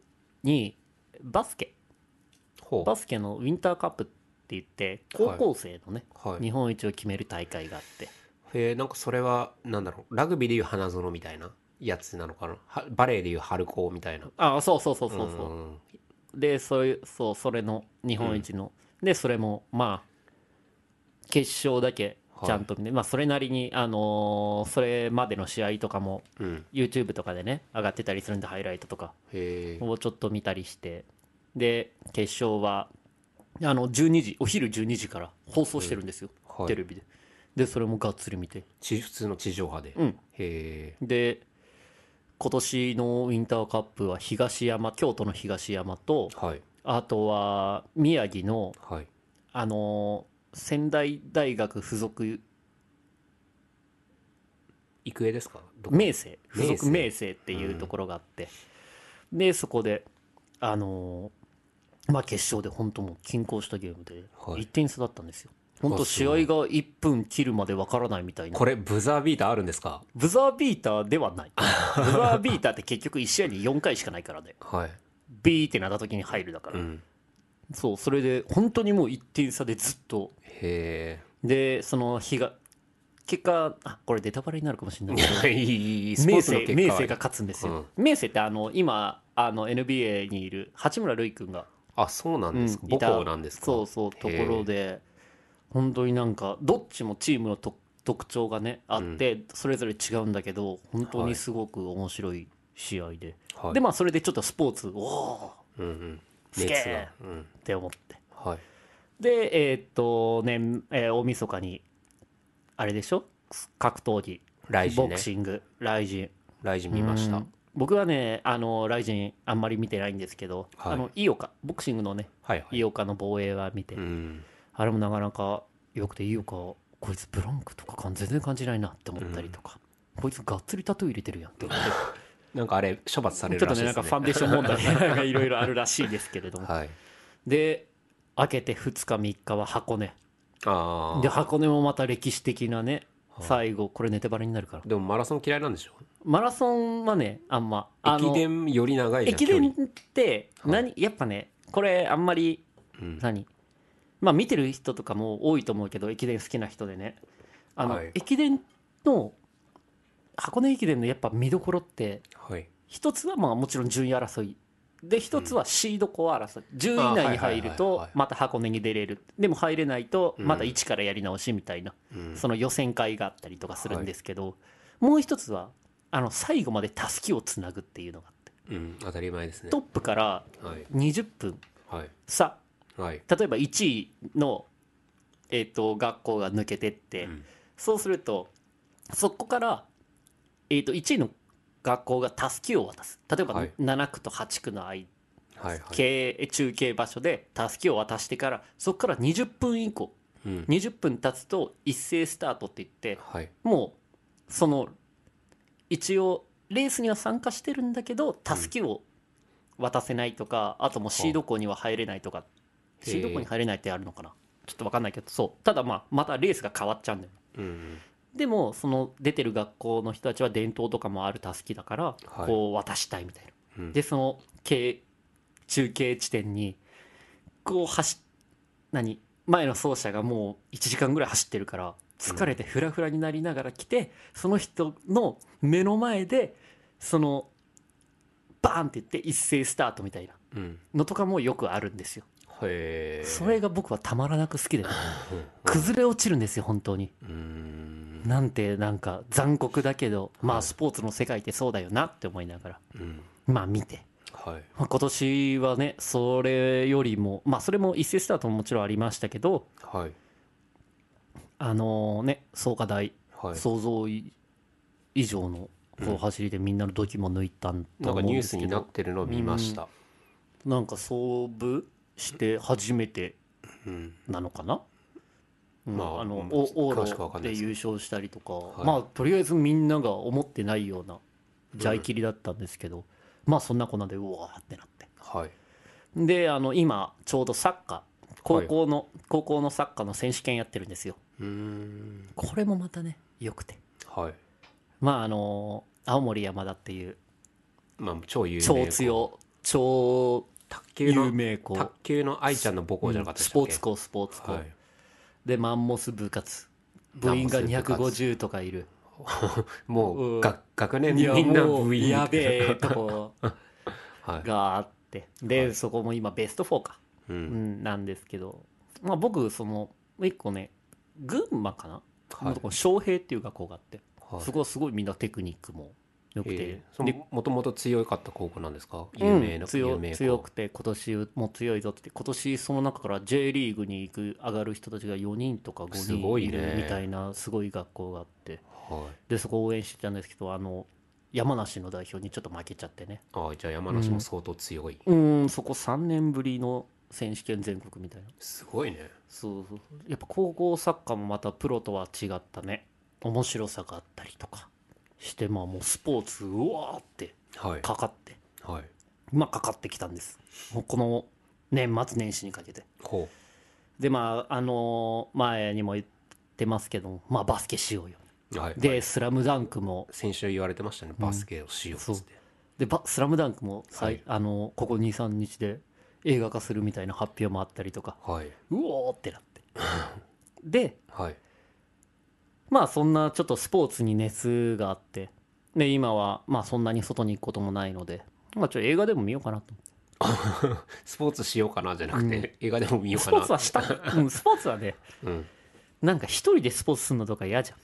にバスケ
ほう
バスケのウィンターカップって言って高校生のね、
はい
日本一を決める大会があって
えーなんかそれはなんだろうラグビーでいう花園みたいなやつなのかなはバレーでいう春高みたいな
ああそうそうそうそうそう、
ん
でそういうそうそれの日本一の、でそれもまあ決勝だけちゃんと見て、まあそれなりにあのーそれまでの試合とかも
うん、
YouTube とかでね上がってたりするんでハイライトとか
へえ
をちょっと見たりしてで決勝はあの12時お昼12時から放送してるんですよ、
うんはい
テレビででそれもがっつり見て
地普通の地上波で、
うん
へえ
で今年のウィンターカップは東山京都の東山と
はい
あとは宮城の
はい
あのー仙台大学附属
育英ですかどこ
明星附属明
明
星っていうところがあって、でそこであのーまあ決勝で本当もう均衡したゲームで
はい
1点差だったんですよ、本当
あす
試合
ごい
が1分切るまでわからないみたいな
これブザービーターあるんですか
ブザービーターでは
(laughs)
ないブザービーターって結局1試合に4回しかないからね
はい、
ビーってなった時に入るだから、
うん、
そうそれで本当にもう1点差でずっと
へ
でその日が結果あこれネタバレになるかもしれないけど
え (laughs) いいいいいいスポ
明
ーツの
星
結果
明星が勝つんですよ、明星ってあの今あの NBA にいる八村塁君が、
あそうなんですか、
いた
母校なんですか
そうそうところで本当になんかどっちもチームのと特徴がねあって、それぞれ違うんだけど本当にすごく面白い試合で、
はい、
でまあそれでちょっとスポーツおお
うんうん
すげえ
熱がうん
って思って
はい
でえーっとね、えー大晦日にあれでしょ格闘技、
ライジン
ボ
ね
クシングライジン
ライジン見まし
う
た
ん僕はねあのライジンあんまり見てないんですけど、
はい
あの井岡ボクシングのね
はいはい
井岡の防衛は見て、
うん
あれもなかなか良くて井岡こいつブランクとか感全然感じないなって思ったりとか、こいつがっつりタトゥー入れてるやんって思って
なんかあれ処罰され
ち
る
ょっと
らし
ねなん
いです
か
ね
ファンデーション問題なんかいろいろあるらしいですけれども、
はい
で明けて2日3日は箱根
あ
で
あ
箱根もまた歴史的なね最後これネタバレになるから
でもマラソン嫌いなんでしょ
マラソンはねあんまあの
駅伝より長いじゃん
駅
距離
伝って何、やっぱねこれあんまり
うん
何まあ見てる人とかも多いと思うけど駅伝好きな人でねあの、
はい
駅伝の箱根駅伝のやっぱ見どころって
はい
一つはまあもちろん順位争いで一つはシード校争い、10位以内に入る
あはいはいはい
と
はい
また箱根に出れるでも入れないと
うん
また一からやり直しみたいな、
うん
その予選会があったりとかするんですけど、もう一つはあの最後までたすきをつなぐっていうのがあって
うん当たり前ですね
トップから
はい
20分
はい
差
は
例
い
えば1位の、えー、と学校が抜けてって、
うん
そうするとそこから、えー、と1位の学校がたすきを渡す例えば
はい
7区と8区の間、
はいはい
経中継場所でたすきを渡してからそこから20分以降
うん
20分経つと一斉スタートって言って
はい
もうその一応レースには参加してるんだけどたすきを渡せないとか、あともうシード校には入れないとか
へえ
シード校に入れないってあるのかなちょっと分かんないけどそうただまあまたレースが変わっちゃうんだよ
うん
でもその出てる学校の人たちは伝統とかもあるたすきだから
はい
こう渡したいみたいな、
うん
でその経中継地点にこう走っ何前の走者がもう1時間ぐらい走ってるから疲れてフラフラになりながら来て、その人の目の前でそのバーンって言って一斉スタートみたいな
うん
のとかもよくあるんですよ、
へえ
それが僕はたまらなく好きで
うんうん
崩れ落ちるんですよ本当に
うん
なんてなんか残酷だけどま
は
あ
い
スポーツの世界ってそうだよなって思いながら
うん
まあ見て
はい
まあ今年はねそれよりもまあそれも一斉スタートももちろんありましたけど
はい
あのね創価大
はい
想像以上のそう
うん
走りでみんなのドキも抜いたんと
なん
思
か
うん
ニュ
で
ー
す
ス
け
にな
ど
ってるのを見ました
なんか創部して初めて
うん
なのかな、うん
まあ
あの
うん
お
詳しくわ
往
か
路
ん
で
ないですけど
優勝したりとか、
い
まあとりあえずみんなが思ってないようなジャイキリだったんですけど、まあそんなこんなでうわーってなって
はい
であの今ちょうどサッカー高校の、高校のサッカーの選手権やってるんですよ
うーん
これもまたねよくて
はい
まああの青森山田っていう
まあ超有名
超強超
卓球
有
の
名校
卓球の愛ちゃんの母校じゃなかったで
ス
した
ポ
っ
ー
け
ツ校スポーツ校、
はい
でマンモス部活部員が
マンモス部活
250とかいるう
も
ん
うが学年
いや
みんな
もう
部員
やべえとこ
はい
があ (laughs) ってでそこも今ベスト4か、
う
うんん、なんですけど、まあ、僕その一個ね群馬かな、
はい
のとこ昌平っていう学校があって
はい
そこはすごいみんなテクニックも良くて、
えーそ
で
のもともと強かった高校なんですか
う
有
ん
名な有
強
名校
強くて今年も強いぞって今年その中から J リーグに行く上がる人たちが4人とか
す
5
ご
人
い
い
ね
るみたいなすごい学校があって
はい
でそこ応援してたんですけどあの山梨の代表にちょっと負けちゃってね
ああじゃあ山梨も相当強い、
うーんそこ3年ぶりの選手権全国みたいな
すごいね
そうそうやっぱ高校サッカーもまたプロとは違ったね面白さがあったりとかしてまあもうスポーツうわーって
はい
かかって
はい
まあかかってきたんですもうこの年末年始にかけて
こ
でまああのー前にも言ってますけどもまあバスケしようよ
うはい
で、
はい
スラムダンクも
先週言われてましたねバスケをしようっつって、
でバスラムダンクもさい、
はい
あのーここ23日で映画化するみたいな発表もあったりとか
はい、
うおーってなってで
はい、
まあそんなちょっとスポーツに熱があってで今はまあそんなに外に行くこともないのでまあちょっと映画でも見ようかなと思って
スポーツしようかなじゃなくて、映画でも見よう
ス
か
ポ
な
ーツはした、うん、スポーツはね
うん
なんか一人でスポーツするのとか嫌じゃん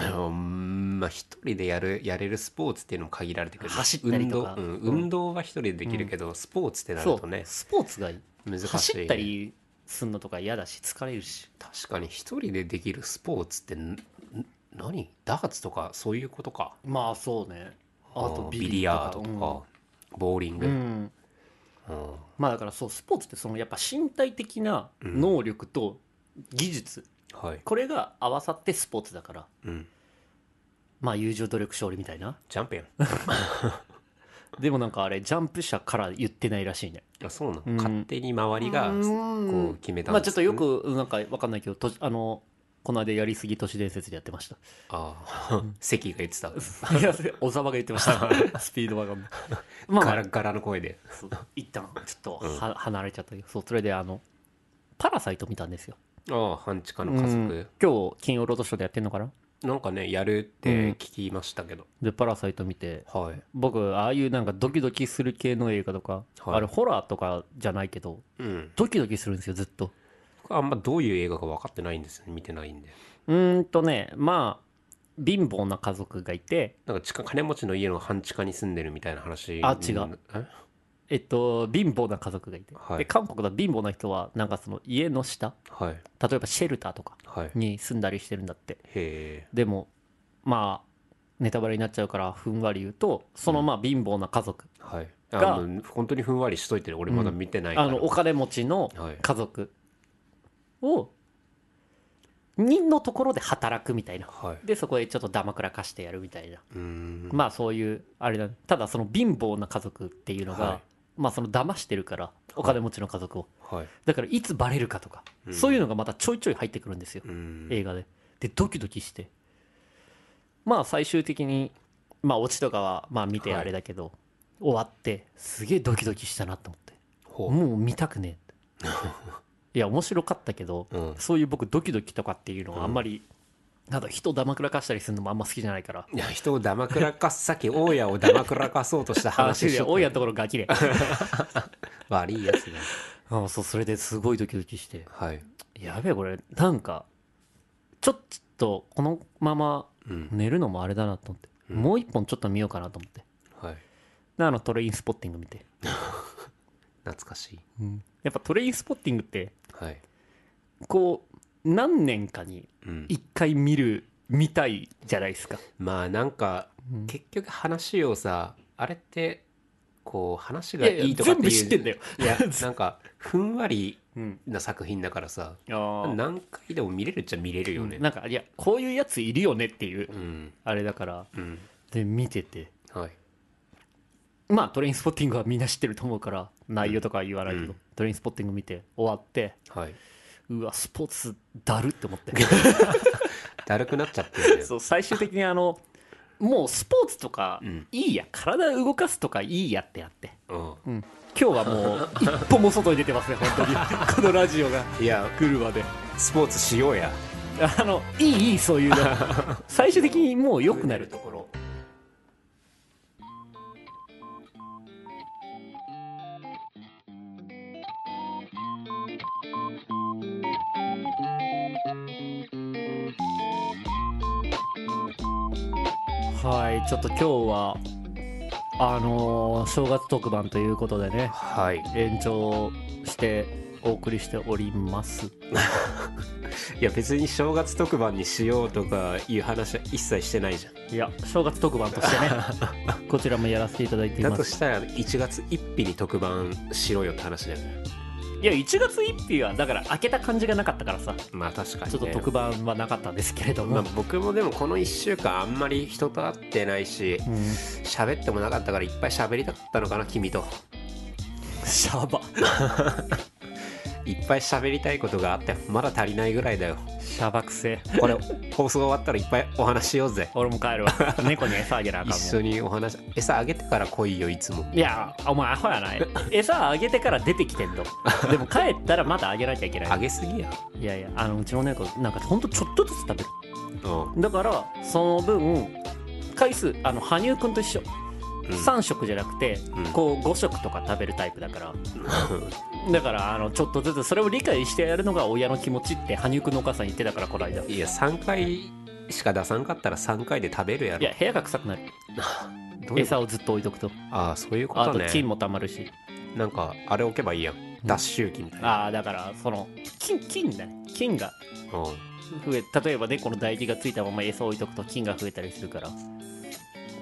うんまあ一人でやるやれるスポーツっていうのも限られてくる
走ったりとか
運動,、うん、
うん
運動は一人でできるけど、スポーツってな
そ
る
う
とね
スポーツがいい
難しいね
走ったりすんのとか嫌だし疲れるし
確かに一人でできるスポーツってんん何ダーツとかそういうことか
まあそうねあと
ビ
ビ
リ
リ
ヤー
ヤー
ド
ド
と
と
か、
か
ボーリング、
うん、
う
うんんまあだからそうスポーツってそのやっぱ身体的な能力と技術、
はい、
これが合わさってスポーツだから
うん、
まあ友情努力勝利みたいな
ジャンペン
でもなんかあれジャンプ社から言ってないらしいね
あそうなの、
うん
勝手に周りがこう決めたん
まあちょっとよ
ね
くなんかわかんないけどとあのこの間やりすぎ都市伝説でやってました
(laughs) ああ (laughs) 関が言ってた
いやそれ小沢が言ってました
(laughs)
スピードワゴンのまあま
ガ
あ
ラガラの声で
そう一
(laughs)
旦ちょっと
うん
は、離れちゃったけどそうそれであのパラサイト見たんですよ
ああ半地下の家
うん
族、
今日金曜ロードショーでやってんのかな
なんかねやるって聞きましたけど、
でパラサイト見て
はい
僕ああいうなんかドキドキする系の映画とか、
はい
あれホラーとかじゃないけど
うん
ドキドキするんですよずっと
僕あんまどういう映画か分かってないんですよね見てないんで
うーんとねまあ貧乏な家族がいて
なんか地下金持ちの家の半地下に住んでるみたいな話
あ違う
え
えっと貧乏な家族がいて、
はい
で韓国だと貧乏な人はなんかその家の下
はい
例えばシェルターとか
はいへ
に住んだりしてるんだって
え
でもまあネタバレになっちゃうからふんわり言うとそのまあ貧乏な家族、
はい
が
あの本当にふんわりしといてる俺まだ見てないか
あ
ら、
のお金持ちの
はい
家族を人のところで働くみたいな
はい
でそこへちょっとダマくらかしてやるみたいな
うーん
まあそういうあれだねただその貧乏な家族っていうのが、
はい
まあその騙してるからお金持ちの家族を、
はい
だからいつバレるかとか、
うん
そういうのがまたちょいちょい入ってくるんですよ、
うーん
映画ででドキドキしてまあ最終的にまあオチとかはまあ見て
はい
あれだけど、終わってすげえドキドキしたなと思って
ほう
もう見たくねえってい
(laughs)
や面白かったけど、
うん
そういう僕ドキドキとかっていうのはあんまり、なんだ人をだまくらかしたりするのもあんま好きじゃないから
いや人をだまくらかすさっき大家をだまくらかそうとした話
話
し
で
とった
多いやところガ
(laughs)
キで
悪いやつだ
あそうそれですごいドキドキして
はい
やべえこれなんかちょっとこのまま
うん
寝るのもあれだなと思って、
うん
もう一本ちょっと見ようかなと思って
はい
であのトレインスポッティング見て、
懐かしい
やっぱトレインスポッティングって
はい
こう何年かに
うん
一回見る見たいじゃないですか、
まあなんか
うん
結局話をさあれってこう話
い
が
やいや
いいとかってい
全
う
部知ってんだよ、
い
(laughs)
やなんかふんわり
うん、
な作品だからさ
あな
何回でも見れるっちゃ見れるよね
なんかいやこういうやついるよねっていう
うん
あれだから
うん
で見てて
はい
まあトレインスポッティングはみんな知ってると思うから内容とかは言わないけど、
うん
トレインスポッティング見て終わって
はい。
うわスポーツだるって思って (laughs)
だるくなっちゃってる、ね。
そう最終的にあのもうスポーツとか
うん
いいや体動かすとかいいやってやって
うん。
うん今日はもう一歩も外に出てますね本当に (laughs) このラジオが
いや、
来るまで
スポーツしようや。
あのいいいいそういう (laughs) の最終的にもう良くなるところはいちょっと今日はあのー正月特番ということでね
はい。
延長してお送りしております
いや、別に正月特番にしようとかいう話は一切してないじゃん。
いや正月特番としてね (laughs) こちらもやらせていただいてい
だ
ま
と
す
したら、1月1日に特番しろよって話だよね。
いや1月1日はだから開けた感じがなかったからさ
まあ確かに、ね。
ちょっと特番はなかったんですけれども、
まあ、僕もでもこの1週間あんまり人と会ってないし
うん
喋ってもなかったからいっぱい喋りたかったのかな君と
シャバ
いっぱい喋りたいことがあってまだ足りないぐらいだよ
シャバくせえ (laughs)
これ放送終わったらいっぱいお話しようぜ
俺も帰るわ猫に餌あげなあかんもん
一緒にお話餌あげてから来いよいつも
いやお前アホやない餌あげてから出てきてんのでも帰ったらまたあげなきゃいけな
あ
い
げすぎや
いやいやあのうちの猫なんかほんとちょっとずつ食べる
うん、
だからその分回数あの羽生くんと一緒、3食じゃなくて、
うん
こう5食とか食べるタイプだからだからあのちょっとずつそれを理解してやるのが親の気持ちって羽生くんのお母さん言ってたからこの間い
(laughs) いや3回しか出さんかったら3回で食べるやろ
や部屋が臭くなる
どういう
餌をずっと置いとくと
ああそういうこ
あ
と
と
ね
菌もたまるし
なんかあれ置けばいいやん脱臭菌みたいな、
ああだからその菌菌だね菌が
うん
増え例えば猫の唾液がついたまま餌を置いとくと菌が増えたりするから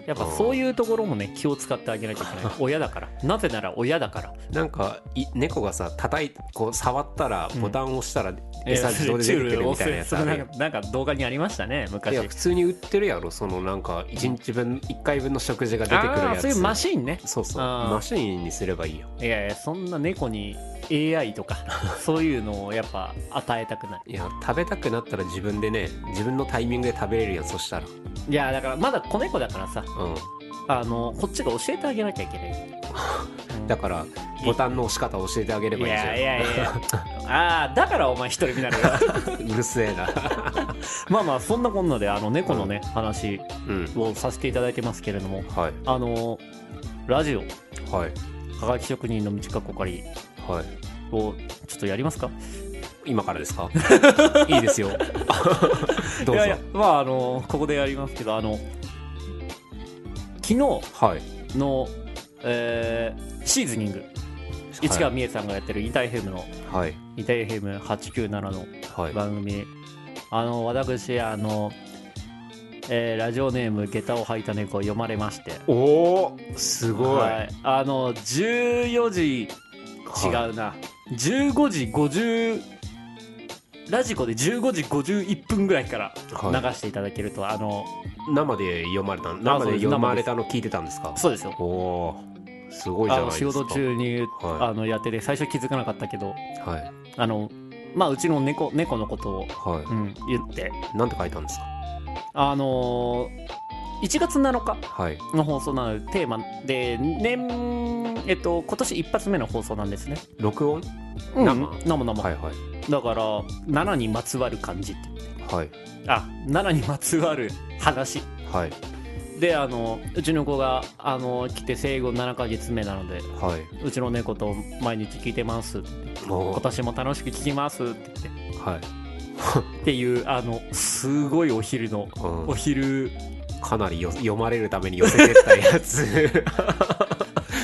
やっぱそういうところもね気を使ってあげなきゃいけない (laughs) 親だからなぜなら親だから
なんかい猫がさ叩いこう触ったら
うん
ボタンを押したら餌自動で出てくるみたいなやつあるやん
なんかなんか動画にありましたね
い
昔
や普通に売ってるやろそのなんか1日分1回分の食事が出てくる
あ
や
あ
つ
そういうマシンね
そうそう
あー
マシーンにすればいいよ
いやいやそんな猫に AI
(laughs)
とかそういうのをやっぱ与えたくない
いや食べたくなったら自分でね自分のタイミングで食べれるやんそしたらう
いやだからまだ子猫だからさ
ん
あのこっちが教えてあげなきゃいけない、うん
(laughs) だからボタンの押し方教えてあげればいいじゃん
やいやい
(laughs)
やああだからお前一人になるよ
うるせえな
まあまあそんなこんなであの猫のね、話
うん
をさせていただいてますけれども
はい
あのラジオ
はい
「はがき職人の道かっこかり
はい」
をちょっとやりますか
今から (laughs) ですかいいです (laughs) よどうぞ
いやいやまああのここでやりますけどあの昨日
はい
の、えーシーズニング市川美恵さんがやってるインターヘムの
はい
インターヘム897の
はい
番組あの私あの、えーラジオネーム「下駄を履いた猫」読まれまして
おおーすごい、
はいあの14時違
は
うな、15時50ラジコで15時51分ぐらいから
はい
流していただけると、あの
生で読まれた
あ
生
そう
で
です
読まれたの聞いてたんですか
そうですよ
おおーすごいじ
あ
ゃない
の
です
仕
か
事中に、
はい
あのやってて最初気づかなかったけど
はい
あのまあうちの猫猫のことを、
はい、
うん、言って
なんて書いたんですか
あのー1月7日
はい
の放送なのでテーマで年えっと今年一発目の放送なんですね、
録音
うん、
生
生生、
はいはい
だから7にまつわる感じって
はい
あ7にまつわる話
はい
であのうちの子があの来て生後7ヶ月目なので
はいう
ちの猫と毎日聞いてますって
お
今
ー
年も楽しく聞きますって言って
はい、
っていうあのすごいお昼の
う
お昼
ん、かなりよ読まれるために寄せてったや (laughs) つ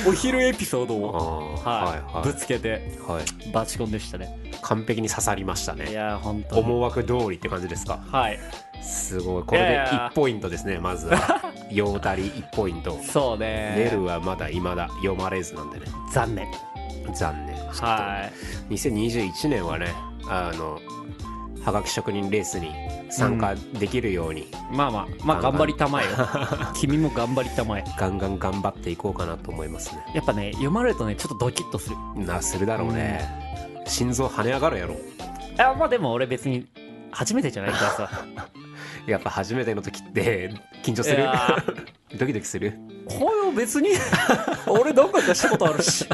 お昼エピソード
あー
を、はい
はい
ぶつけて
はい、はい、
バチコンでしたね
完璧に刺さりました
い
ね
やー本当に
思惑通りって感じですか
はい
すごいこれ
いや
で
いや
1ポイントですねまず
(laughs)
は用足り1ポイント
そう
ネ
ね
ルはまだ未だ読まれずなんでね
残念
残念
はい
2021年はねあのはがき職人レースに参加できるように、
まあまあまあ頑張りたまえ (laughs) よ君も頑張りたまえ
ガンガン頑張っていこうかなと思いますね
やっぱね読まれるとねちょっとドキッとする
なするだろうね、心臓跳ね上がるやろ
あまあでも俺別に初めてじゃないから (laughs) さ
やっぱ初めての時って (laughs) 緊張
い
する
やー
(laughs) ドキドキする
これを別に (laughs) 俺どこかしたことある (laughs) し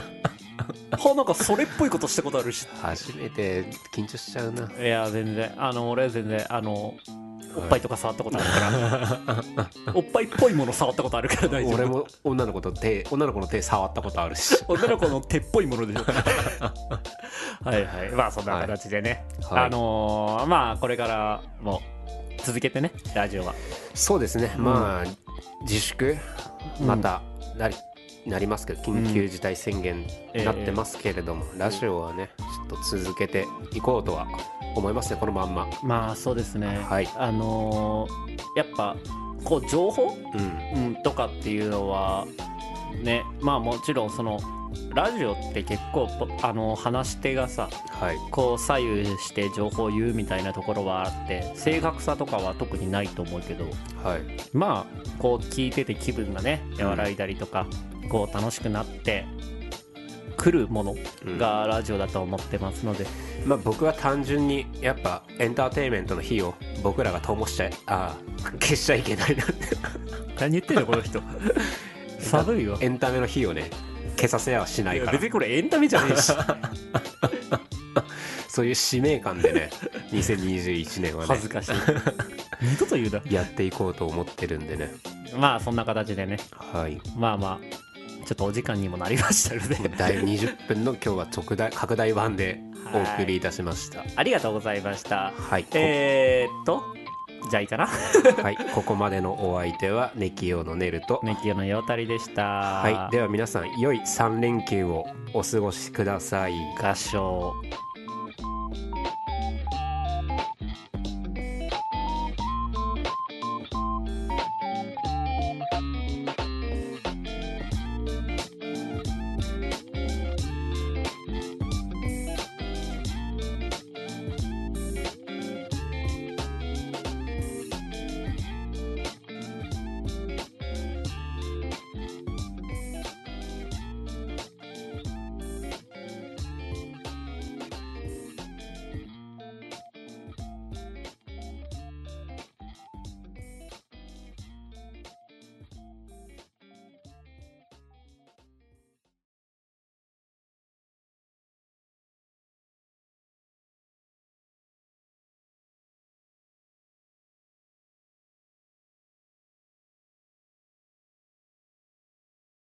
あなんかそれっぽいことしたことあるし
初めて緊張しちゃうない
や全然あの俺は全然あのおっぱいとか触ったことあるから、 (laughs) おっぱいっぽいもの触ったことあるから大丈夫
(laughs) 俺も女の子と手女の子の手触ったことあるし
女の子の手っぽいものでしょ (laughs) はいはいまあそんな形でね、
はい
あのーまあこれからも続けてねラジオは
(laughs) そうですね、まあ自粛
うん
またなり,、なりますけど緊急事態宣言になってますけれども、ラジオはねちょっと続けていこうとは思いますねこのまんま
まあそうですね、
はい
あのーやっぱこう情報、
うん
うん、とかっていうのはねまあもちろんそのラジオって結構ぽあの話し手がさ
はい
こう左右して情報を言うみたいなところはあって正確さとかは特にないと思うけど
はい
まあこう聞いてて気分がね和らいだりとか、こう楽しくなってくるもの
うん
がラジオだと思ってますので、
まあ、僕は単純にやっぱエンターテインメントの火を僕らが灯しちゃいああ消しちゃいけないな (laughs) って
何言ってんのこの (laughs) 人寒いわ
エンタメの火をね消させやはしない
いや
から
別にこれエンタメじゃねえし
(laughs) そういう使命感でね2021年はね
(laughs) 恥ずかしい二度と言うな
やっていこうと思ってるんでね
まあそんな形でね
はい
まあまあちょっとお時間にもなりましたので
第20分の今日は直大拡大版でお送りいたしました
ありがとうございました
はい、こ
えー、っとじゃあいいかな (laughs)
はい、ここまでのお相手はネキヨのネルと、
ネキヨのようたりでした
はい、では皆さん良い3連休をお過ごしください
合唱